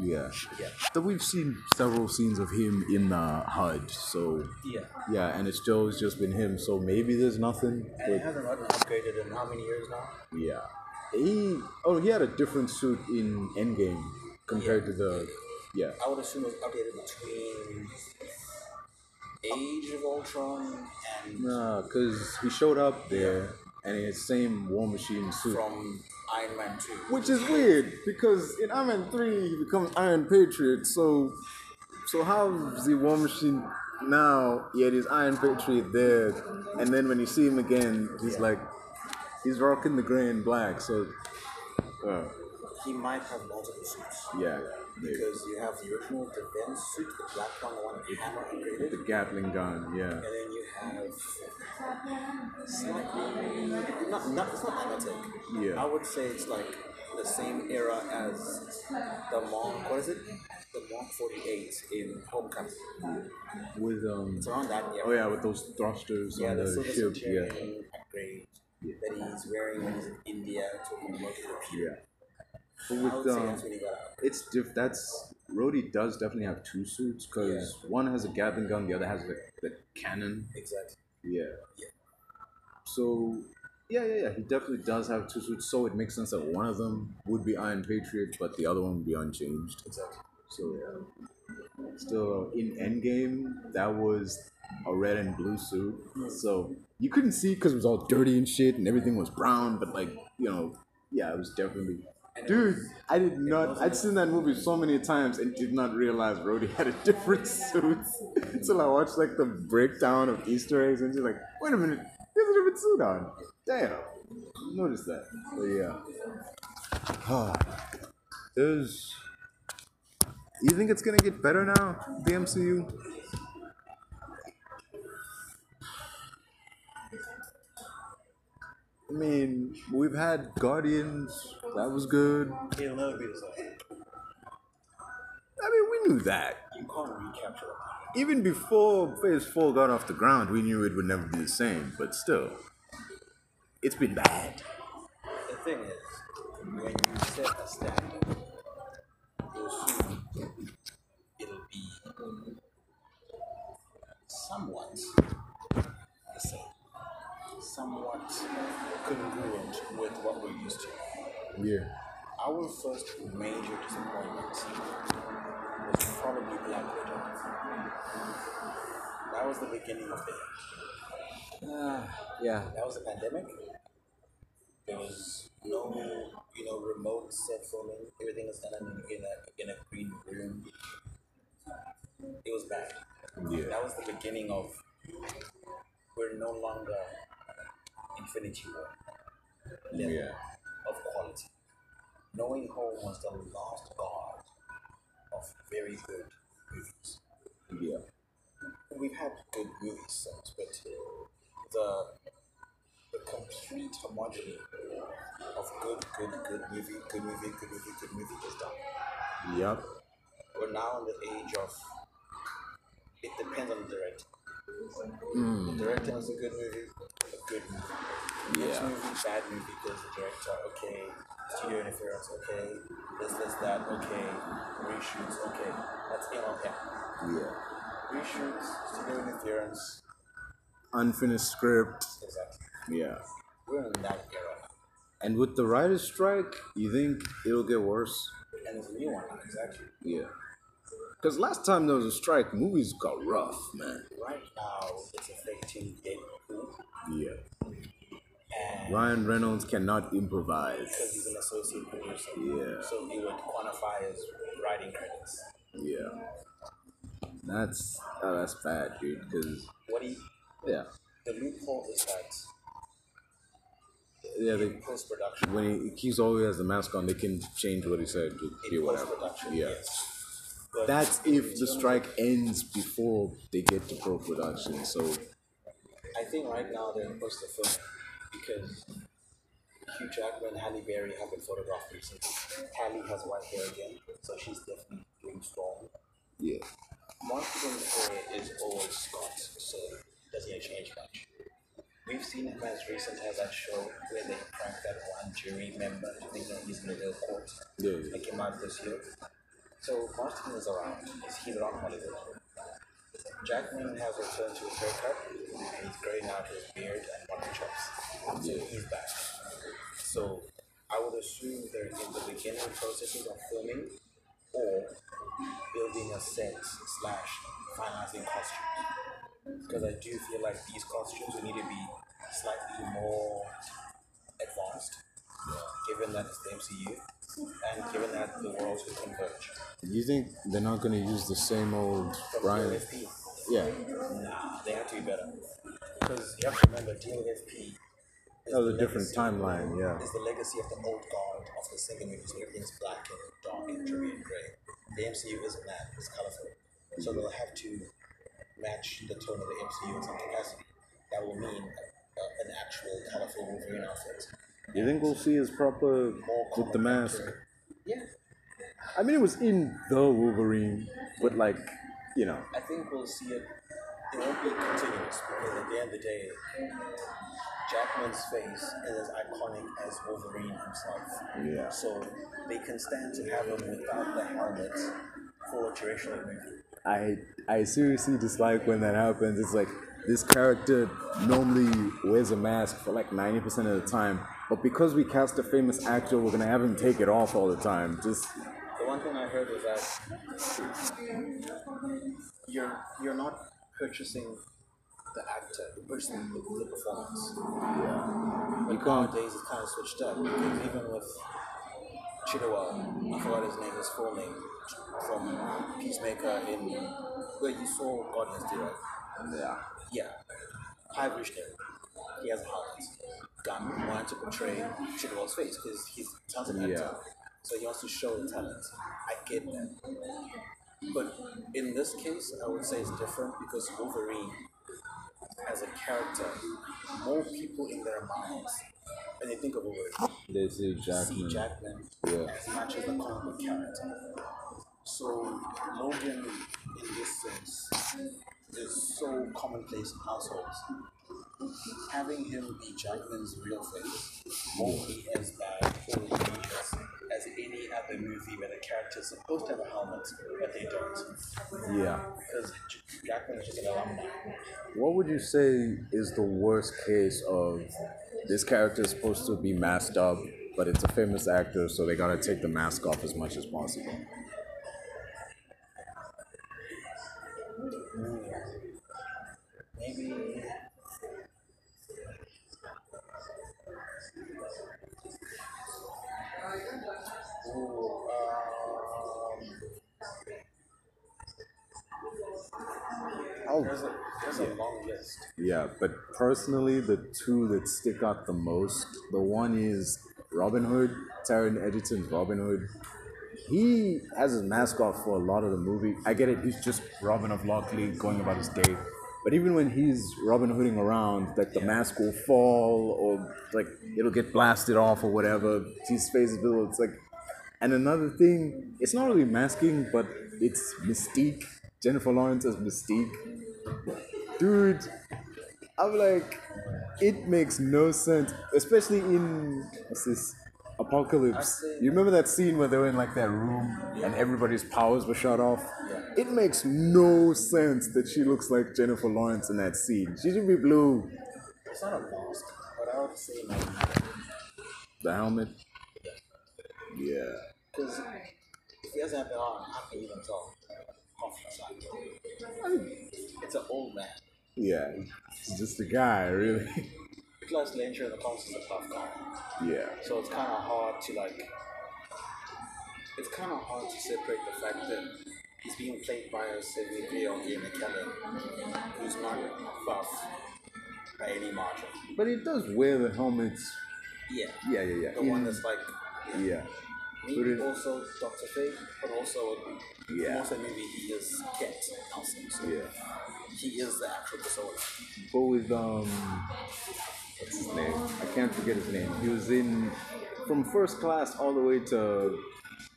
A: yeah.
B: Yeah.
A: That we've seen several scenes of him in the HUD, so
B: Yeah.
A: Yeah, and it's still it's just been him, so maybe there's nothing.
B: And it
A: But
B: hasn't gotten upgraded in how many years now?
A: yeah, he oh he had a different suit in Endgame compared to the yeah
B: I would assume it was updated between Age of Ultron and
A: Nah, because he showed up there and in his same War Machine suit.
B: from Iron Man 2.
A: Which is weird because in Iron Man 3 he becomes Iron Patriot, so so how's the War Machine now yet he's Iron Patriot there and then when you see him again he's like he's rocking the grey and black, so uh,
B: He might have multiple suits.
A: yeah. The,
B: Because you have the original defense suit, the black one, the one that Hammer had created,
A: the Gatling gun, yeah.
B: and then you have slightly not not it's not identical.
A: Yeah.
B: I would say it's like the same era as the Monk. What is it? The Monk Forty Eight in Homecoming.
A: With um
B: It's around that era.
A: oh yeah, with those thrusters
B: Yeah,
A: on
B: that's
A: the
B: so
A: ship,
B: this
A: yeah.
B: upgrade that he's wearing when he's in India talking about the
A: Yeah. But
B: I would
A: with
B: say
A: um,
B: that's when he got out.
A: it's diff- that's Rhodey does definitely have two suits because one has a Gatling gun, the other has the, the cannon.
B: Exactly.
A: Yeah. So yeah, yeah, yeah. He definitely does have two suits, so it makes sense that one of them would be Iron Patriot, but the other one would be unchanged.
B: Exactly.
A: So yeah. Still in Endgame, that was a red and blue suit. So you couldn't see because it was all dirty and shit, and everything was brown. But like you know, yeah, it was definitely. Dude, I did not. I'd seen that movie so many times and did not realize Rhodey had a different suit until I watched like the breakdown of Easter eggs and just like, wait a minute, he has a different suit on. Damn, notice that. So yeah, Ah, there's you think it's gonna get better now, the MCU? I mean, we've had Guardians. That was good. I
B: It'll never be the same.
A: mean, we knew that.
B: You can't recapture that.
A: Even before Phase 4 got off the ground, we knew it would never be the same, but still. It's been bad.
B: The thing is, when you set a standard, you'll assume it'll be somewhat the same, somewhat congruent with what we're used to.
A: Yeah.
B: Our first major disappointment was probably Black Widow. That was the beginning of the end.
A: yeah.
B: That was a pandemic. There was no, you know, remote set filming. Everything was done in, in a in a green room. It was bad.
A: Yeah.
B: That was the beginning of we're no longer Infinity War level
A: Yeah.
B: of quality. Knowing Home was the last guard of very good movies.
A: Yeah.
B: We've had good movies since, but the the complete homogeny of good, good, good movie, good movie, good movie, good movie is done.
A: Yep.
B: We're now in the age of it depends on the director. The director has a good movie, a good movie. Next
A: Yeah.
B: movie, bad movie because the director, okay, studio interference, okay, this, this, that, okay, reshoots, okay. That's it on him.
A: Yeah.
B: Reshoots, studio interference,
A: Unfinished script.
B: exactly.
A: Yeah.
B: We're in that era.
A: And with the writer's strike, you think it'll get worse?
B: And there's a new one, exactly.
A: Yeah. Because last time there was a strike, movies got rough, man.
B: Right now, it's affecting Deadpool
A: Yeah.
B: and
A: Ryan Reynolds cannot improvise.
B: because he's an associate producer.
A: Yeah.
B: So he would quantify as writing credits.
A: Yeah. That's oh, that's bad, dude. Because
B: What he,
A: yeah,
B: the loophole is that
A: yeah. They,
B: post production.
A: when he, he's always has the mask on, they can change what he said to be
B: In
A: whatever.
B: post-production,
A: Yeah.
B: yes. But
A: That's if the strike ends before they get to pro production. So
B: I think right now they're in post the film because Hugh Jackman and Halle Berry have been photographed recently. Halle has white hair again, so she's definitely doing strong.
A: yeah,
B: Martin's hair is always Scots, so it doesn't change much. We've seen him as recent as that show where they pranked that one jury member to think that he's in the real court.
A: Yeah, yeah.
B: They came out this year. So Martin is around. He's, he's around Hollywood. Jackman has returned to his haircut. He's graying out his beard and mutton chops. So he's back. So I would assume they're in the beginning processes of filming or building a set slash financing costumes. because I do feel like these costumes will need to be slightly more advanced, given that it's the MCU and given that the worlds will converge.
C: You think they're not going to use the same old Ryan?
B: DLFP,
C: Yeah.
B: nah, they have to be better because you have to remember DLFP is
C: That was
B: the
C: a different
B: legacy-
C: timeline, yeah.
B: Is the legacy of the old guard of the second movies where everything's black and dark and dreary and grey. The MCU isn't that; it's colorful, so they'll have to match the tone of the MCU in some capacity. That will mean a, a- an actual colorful Wolverine outfit.
C: You think we'll see his proper
B: More
C: with the
B: comic
C: mask?
B: accurate. Yeah,
C: I mean, it was in the Wolverine, but like, you know,
B: I think we'll see it. It won't be continuous because at the end of the day, Jackman's face is as iconic as Wolverine himself.
C: Yeah.
B: So they can stand to have him without the helmet for a duration of the movie.
C: I I seriously dislike when that happens. It's like this character normally wears a mask for like ninety percent of the time, but because we cast a famous actor, we're gonna have him take it off all the time. Just
B: The one thing I heard was that you're you're not purchasing the actor, you're purchasing the, the performance. But
C: You can't-
B: nowadays it's kind of switched up because even with Chidowell, I forgot his name, his full name, from Peacemaker in where you saw Guardians do right?
C: yeah.
B: Yeah. High Vishnu. He has a heart. Gun wanted to portray Chidwell's face because he's a talented actor.
C: Yeah.
B: So he wants to show the talent. I get that. But in this case, I would say it's different because Wolverine, as a character, more people in their minds, when they think of Wolverine,
C: They see
B: see
C: Jackman.
B: Jackman
C: Yeah.
B: as much as the comic book character. So Logan, in this sense, is so commonplace in households. Having him be Jackman's real face won't be as bad or egregious as any other movie where the character is supposed to have a helmet, but they don't.
C: yeah.
B: Because Jackman is just an alumni.
C: What would you say is the worst case of this character is supposed to be masked up, but it's a famous actor, so they gotta take the mask off as much as possible?
B: Maybe. Ooh, um,
C: Oh,
B: There's a, there's a long list.
C: Yeah, but personally, the two that stick out the most, the one is Robin Hood, Taron Edgerton's Robin Hood. He has his mask off for a lot of the movie. I get it, he's just Robin of Lockley going about his day. But even when he's Robin Hooding around, like the mask will fall or like it'll get blasted off or whatever. His face is visible. It's like, and another thing, it's not really masking, but it's Mystique. Jennifer Lawrence as Mystique. Dude, I'm like, it makes no sense, especially in what's this apocalypse.
B: Actually-
C: You remember that scene where they were in like that room and everybody's powers were shut off?
B: Yeah.
C: It makes no sense that she looks like Jennifer Lawrence in that scene. She should be blue.
B: It's not a mask, but I would say maybe.
C: The helmet. Yeah.
B: Because if he doesn't have it on, I can even tell. Confidence, I can. It's an old man.
C: Yeah. He's just a guy, really.
B: Plus, Lynch in the comics is a tough guy.
C: yeah.
B: So it's kind of hard to like. It's kind of hard to separate the fact that he's being played by a 73 year old Ian McKellen, who's not buff by any margin.
C: But he does wear the helmets.
B: Yeah.
C: Yeah, yeah, yeah.
B: The one that's like.
C: Yeah. But
B: Maybe
C: it-
B: also Doctor Fate, but also
C: Yeah.
B: most of the movie he is Kent Nelson. So
C: Yeah.
B: he is the actual persona.
C: But with um, what's his name? I can't forget his name. He was in from first class all the way to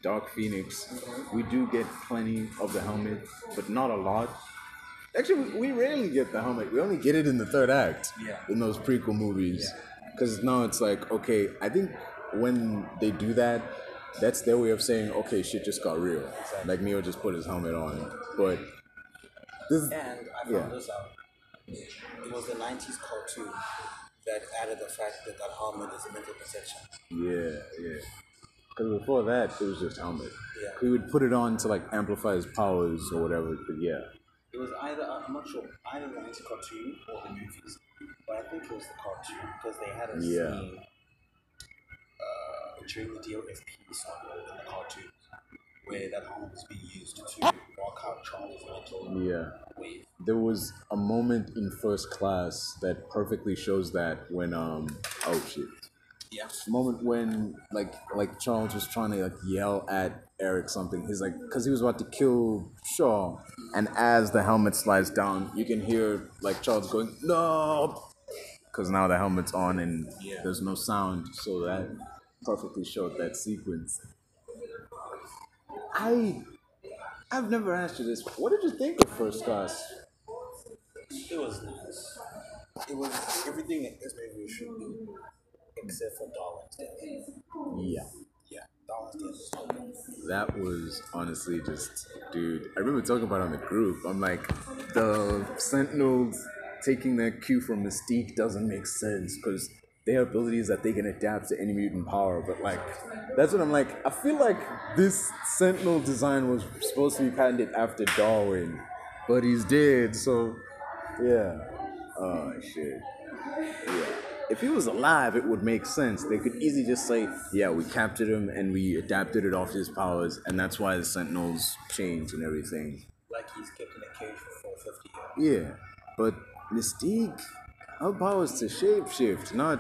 C: Dark Phoenix. We do get plenty of the helmet, but not a lot. Actually, we we rarely get the helmet. We only get it in the third act.
B: Yeah.
C: In those prequel movies, because now it's like okay, I think when they do that, that's their way of saying okay, shit just got real. Like Neo just put his helmet on, but this
B: And I found
C: Yeah.
B: this out. It was the 90s cartoon that added the fact that that helmet is a mental perception.
C: Yeah, yeah. Because before that, it was just helmet.
B: Yeah.
C: He would put it on to like amplify his powers or whatever. But yeah,
B: It was either I'm not sure either the Winter cartoon or the movies, but I think it was the cartoon because they had a
C: Yeah.
B: scene uh, during the DOSP song in the cartoon where that horn was being used to mark out Charlie's mental
C: Yeah.
B: wave.
C: There was a moment in first class that perfectly shows that when um oh shit.
B: Yeah.
C: Moment when like like Charles was trying to like yell at Eric something. He's like cuz he was about to kill Shaw and as the helmet slides down, you can hear like Charles going, "No!" Cuz now the helmet's on and
B: Yeah.
C: there's no sound, so that perfectly showed that sequence. I I've never asked you this. What did you think of first class?
B: It was nice. It was everything that this movie should be, except for Darwin's death.
C: Yeah.
B: Yeah, Darwin's death was so good.
C: That was honestly just, dude. I remember talking about it on the group. I'm like, the Sentinels taking their cue from Mystique doesn't make sense because they have abilities that they can adapt to any mutant power. But like, that's what I'm like. I feel like this Sentinel design was supposed to be patented after Darwin, but he's dead. So, yeah. Oh shit. Yeah. If he was alive, it would make sense. They could easily just say, yeah, we captured him and we adapted it off his powers, and that's why the Sentinels changed and everything.
B: Like he's kept in a cage for 450 years.
C: Yeah. But Mystique, her power is to shapeshift, not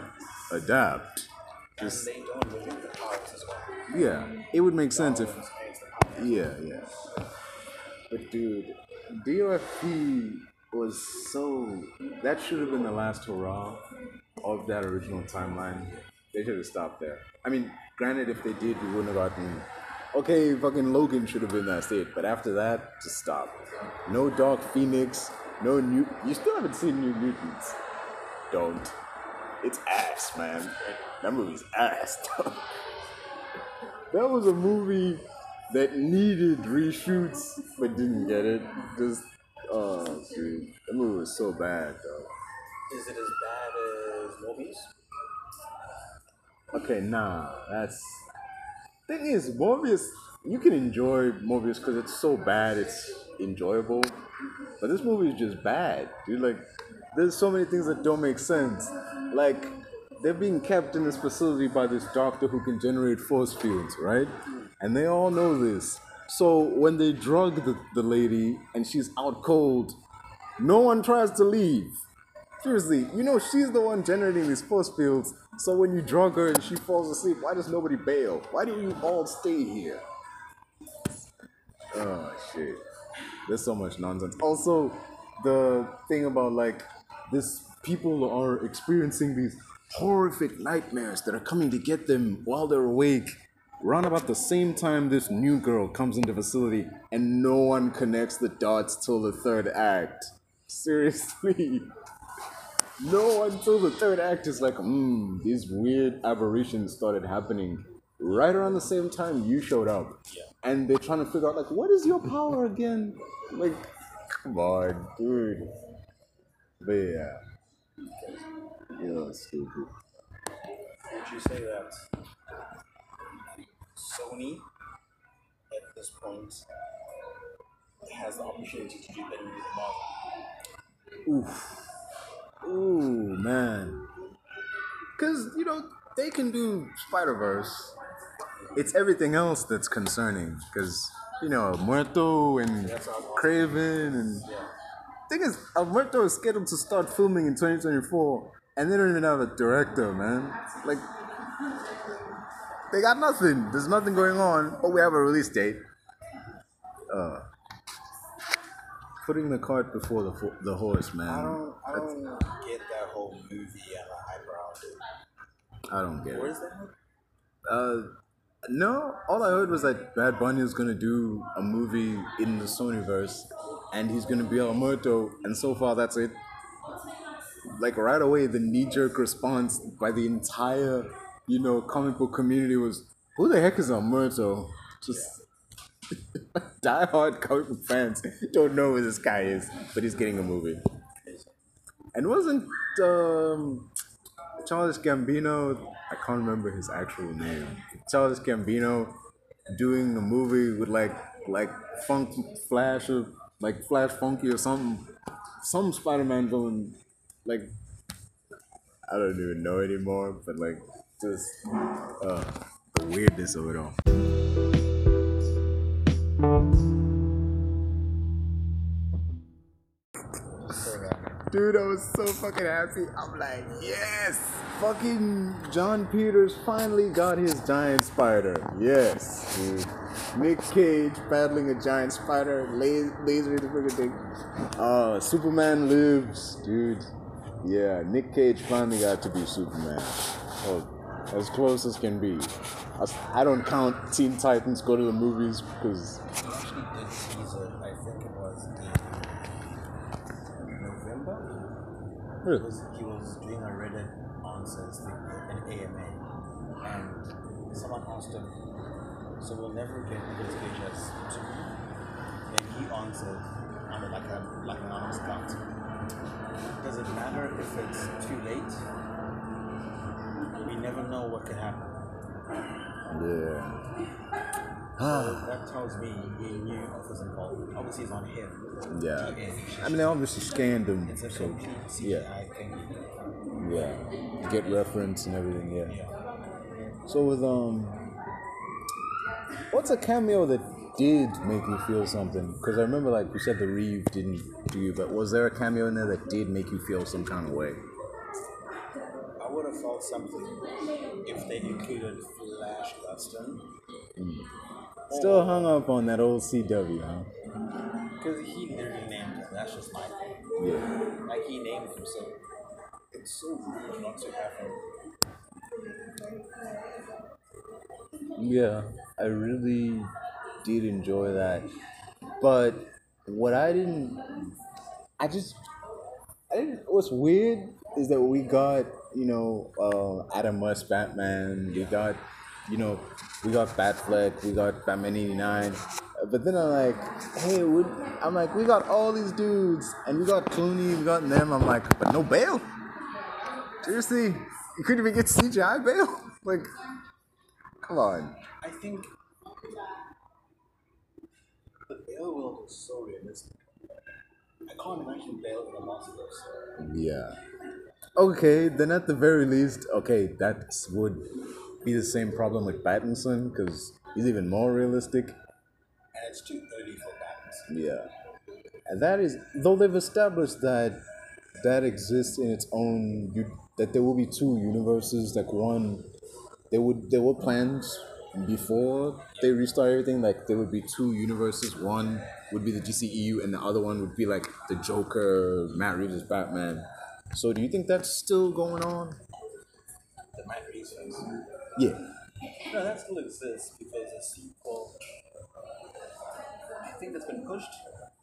C: adapt. Just,
B: They don't remove the powers as well.
C: yeah. It would make sense if.
B: Darwin's hands, the powers.
C: Yeah, yeah. But dude, DOFP was so. That should have been the last hurrah of that original timeline. They should have stopped there. I mean, granted, if they did, we wouldn't have gotten. Okay, fucking Logan should have been that state, but after that, just stop. No Dark Phoenix, no New. You still haven't seen New Mutants. Don't. It's ass, man. That movie's ass. that was a movie that needed reshoots but didn't get it. Just oh dude, that movie was so bad though.
B: Is it as bad as Morbius?
C: Okay, nah, that's thing is Morbius. You can enjoy Morbius because it's so bad, it's enjoyable. But this movie is just bad, dude. Like, there's so many things that don't make sense. Like, they're being kept in this facility by this doctor who can generate force fields, right? And they all know this. So when they drug the, the lady and she's out cold, no one tries to leave. Seriously, you know she's the one generating these force fields. So when you drug her and she falls asleep, why does nobody bail? Why do you all stay here? Oh shit. There's so much nonsense. Also, the thing about like this people are experiencing these horrific nightmares that are coming to get them while they're awake. Round about the same time this new girl comes into facility and no one connects the dots till the third act. Seriously. No until the third act is like, hmm, these weird aberrations started happening right around the same time you showed up. And they're trying to figure out, like, what is your power again? Like, come on, dude. But yeah. Yeah, that's stupid.
B: Would you say that Sony at this point has the opportunity to do better with Marvel?
C: Oof. Ooh, man. Because, you know, they can do Spider Verse. It's everything else that's concerning. Because, you know, Muerto and Craven and. Thing is, El Muerto is scheduled to start filming in 2024, and they don't even have a director, man. Like, they got nothing. There's nothing going on, but we have a release date. Uh, Putting the cart before the, fo- the horse, man.
B: I don't, I don't get that whole movie and the eyebrow. thing.
C: I don't get it.
B: Where is that? movie?
C: Uh, no, all I heard was that Bad Bunny is gonna do a movie in the Sonyverse, and he's gonna be El Muerto, and so far that's it. Like right away, the knee-jerk response by the entire, you know, comic book community was, "Who the heck is El Muerto?" Just die-hard comic book fans don't know who this guy is, but he's getting a movie. And wasn't um, Charles Gambino, I can't remember his actual name. Charles Gambino doing a movie with like like funk flash or
A: like Flash Funky or some some Spider Man villain. Like I don't even know anymore, but like just uh, the weirdness of it all. Dude, I was so fucking happy. I'm like, yes! Fucking John Peters finally got his giant spider. Yes, dude. Nick Cage battling a giant spider, la- laser the freaking thing. Uh, Superman lives, dude. Yeah, Nick Cage finally got to be Superman. Oh, as close as can be. I s- I don't count Teen Titans go to the movies because
B: He actually did teaser, I think it was in November. He was, he was doing a Reddit answers thing, an AMA, and someone asked him, so we'll never get Nicolas Cage as Superman. Then he answered, under like a like an honest cut. Does it matter if it's too late? We never know what could happen.
A: yeah.
B: That tells me he knew what was involved. Obviously, it's on him.
A: Yeah. I mean, they obviously scanned him.
B: It's a
A: So,
B: complete CGI
A: yeah.
B: thing.
A: yeah. Get reference and everything, yeah. So, with, um, what's a cameo that did make you feel something? Because I remember, like, you said the Reeve didn't do you, but was there a cameo in there that did make you feel some kind of way?
B: I would have felt something if they included Flash Guston.
A: Still hung up on that old CW, huh?
B: Because he literally named him. That's just my thing.
A: Yeah.
B: Like, he named him, so it's so rude not to have him.
A: Yeah, I really did enjoy that. But what I didn't, I just, I didn't. What's weird is that we got, you know, uh, Adam West Batman. We got, you know, we got Batfleck. We got Batman '89. But then I'm like, hey, would, I'm like, we got all these dudes, and we got Clooney, we got them. I'm like, but no Bale. Seriously, you couldn't even get CGI Bale. Like, come on.
B: I think the Bale world is so realistic. I can't imagine Bale in a multiverse.
A: Yeah. Okay, then at the very least, okay, that would be the same problem with Pattinson because he's even more realistic.
B: And it's too early for that.
A: Yeah. And that is, though they've established that that exists in its own, u- that there will be two universes, like one, there would there were plans before they restart everything, like there would be two universes. One would be the DCEU, and the other one would be like the Joker, Matt Reeves' Batman. So do you think that's still going on?
B: The Matt Reeves face.
A: Yeah.
B: No, that still exists because the sequel. I think that's been pushed.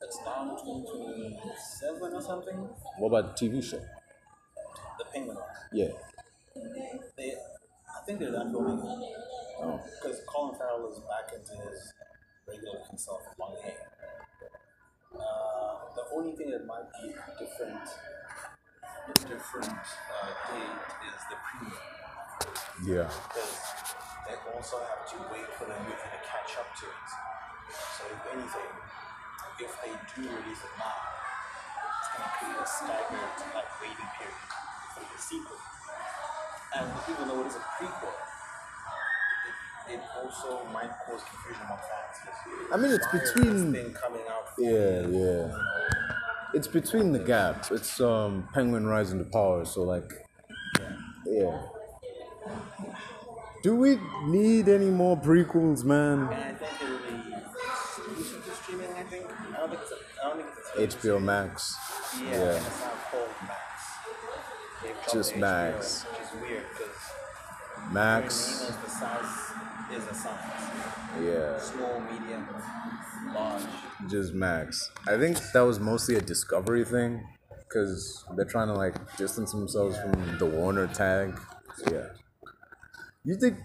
B: It's now 2027 or something.
A: What about the TV show?
B: The Penguin one.
A: Yeah.
B: They, I think they're done filming it
A: Oh.
B: because Colin Farrell is back into his regular himself with long hair. Uh, the only thing that might be different, different uh, date is the premiere.
A: Yeah.
B: because they also have to wait for the movie to catch up to it. So if anything, if they do release it now, it's gonna create a staggered like waiting period for the sequel. And even though it is a prequel, it, it also might cause confusion among fans.
A: I mean, it's
B: Why is
A: between-
B: this thing coming out.
A: Yeah, yeah. It's between the gap. It's um Penguin rising to power, so like Yeah. Do we need any more prequels, man?
B: And I think it will be exclusive to streaming. I think I don't think it's a, I don't think it's a
A: HBO Max.
B: Yeah,
A: Yeah.
B: and it's not called Max. They've dropped
A: Just
B: the
A: Max.
B: HBO, which is weird because
A: Max.
B: the size is a size.
A: Yeah.
B: Small, medium, large.
A: Just Max. I think that was mostly a discovery thing. Cause they're trying to like distance themselves from the Warner tag. Yeah. You think?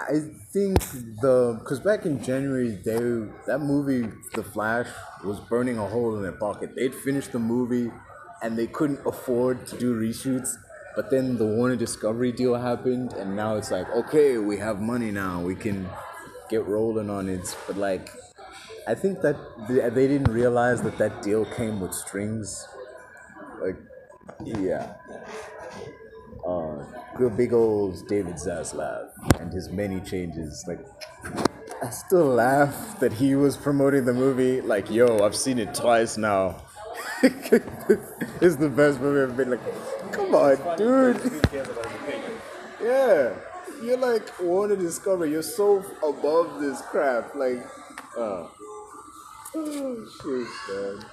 A: I think the because back in January they that movie The Flash was burning a hole in their pocket. They'd finished the movie, and they couldn't afford to do reshoots. But then the Warner Discovery deal happened, and now it's like okay, we have money now. We can get rolling on it. But like,
C: I think that they, they didn't realize that that deal came with strings. Like, yeah. Uh, good big old David Zaslav and his many changes. Like, I still laugh that he was promoting the movie. Like, yo, I've seen it twice now. it's the best movie I've been. Like, come on, dude. Yeah. You're like want to discover. You're so above this crap. Like, uh, oh shit, man.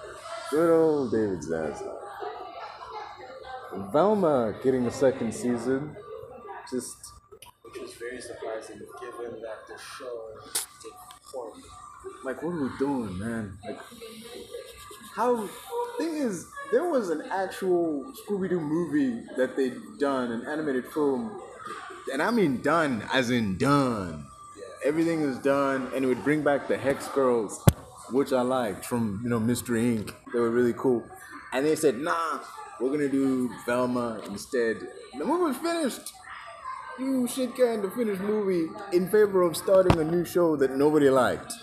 C: Good old David Zaslav. Velma getting a second season. Just
B: Which was very surprising given that the show did poorly.
C: like what are we doing, man? Like, how? Thing is, there was an actual Scooby Doo movie that they'd done, an animated film, and I mean done as in done. Everything is done, and it would bring back the Hex Girls, which I liked from you know Mystery Inc. They were really cool, and they said, "Nah, we're gonna do Velma instead." The movie was finished. You shit canned the finished movie in favor of starting a new show that nobody liked.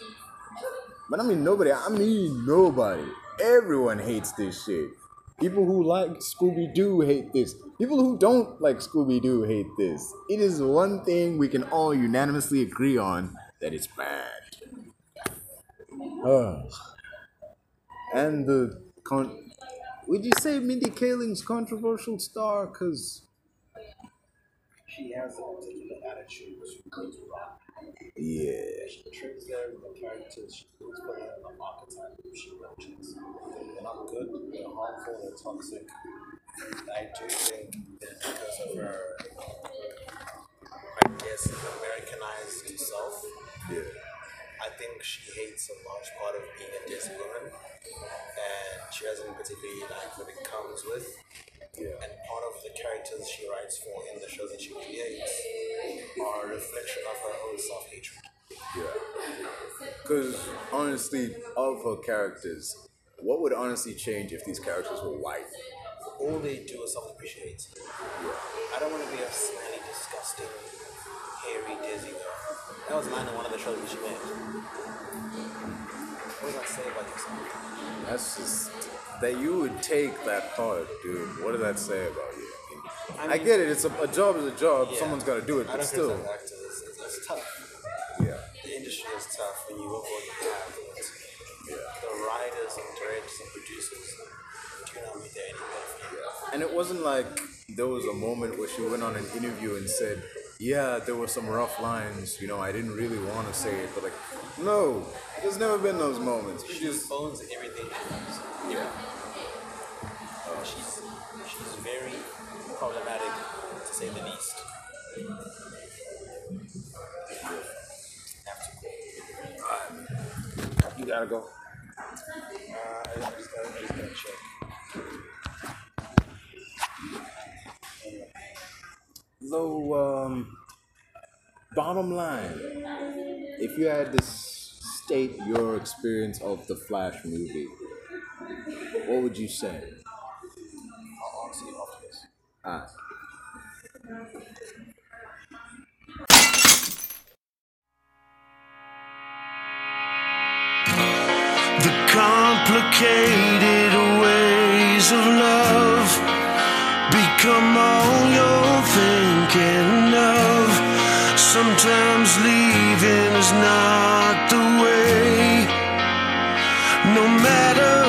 C: But I mean nobody. I mean nobody. Everyone hates this shit. People who like Scooby Doo hate this. People who don't like Scooby Doo hate this. It is one thing we can all unanimously agree on that it's bad. Ugh. And the con. Would you say Mindy Kaling's controversial star? Cause
B: She has a particular attitude she goes wrong.
C: yeah.
B: She tricks them, the characters, she goes for them, the archetype she watches. They're not good, they're harmful, they're toxic. I do think that because of her, I guess, Americanized self,
C: Yeah.
B: I think she hates a large part of being a desert woman, and she doesn't particularly like what it comes with.
C: Yeah.
B: And part of the characters she writes for in the show that she creates are a reflection of her own self hatred.
C: Because honestly, of her characters, what would honestly change if these characters were white?
B: All they do is self appreciate. I don't want to be a smelly, disgusting, hairy, dizzy girl. That was a line in one of the shows that she made. What does that say about yourself?
C: That's just that you would take that part, dude. What does that say about you? I,
B: mean-
C: get it. It's a, a job is a job.
B: Yeah.
C: Someone's got to do it,
B: I
C: but
B: don't
C: still,
B: criticize actors. It's, it's, it's tough.
C: yeah,
B: the industry is tough when you work on the airport. The writers and directors and producers do not meet their anymore.
C: And it wasn't like there was a moment where she went on an interview and said, "Yeah, there were some rough lines. You know, I didn't really want to say it, but like, no, there's never been those moments. She
B: She
C: just
B: just owns everything she does.
C: yeah,
B: She's, she's very problematic, to say the least. Have to go.
C: you gotta go.
B: Uh, I I just gotta, I just gotta check.
C: So, um, bottom line, if you had to s- state your experience of the Flash movie, what would you say?
B: I'll answer you after this.
C: Ah,
D: The complicated ways of love become all you're thinking of. Sometimes leaving is not the way, no matter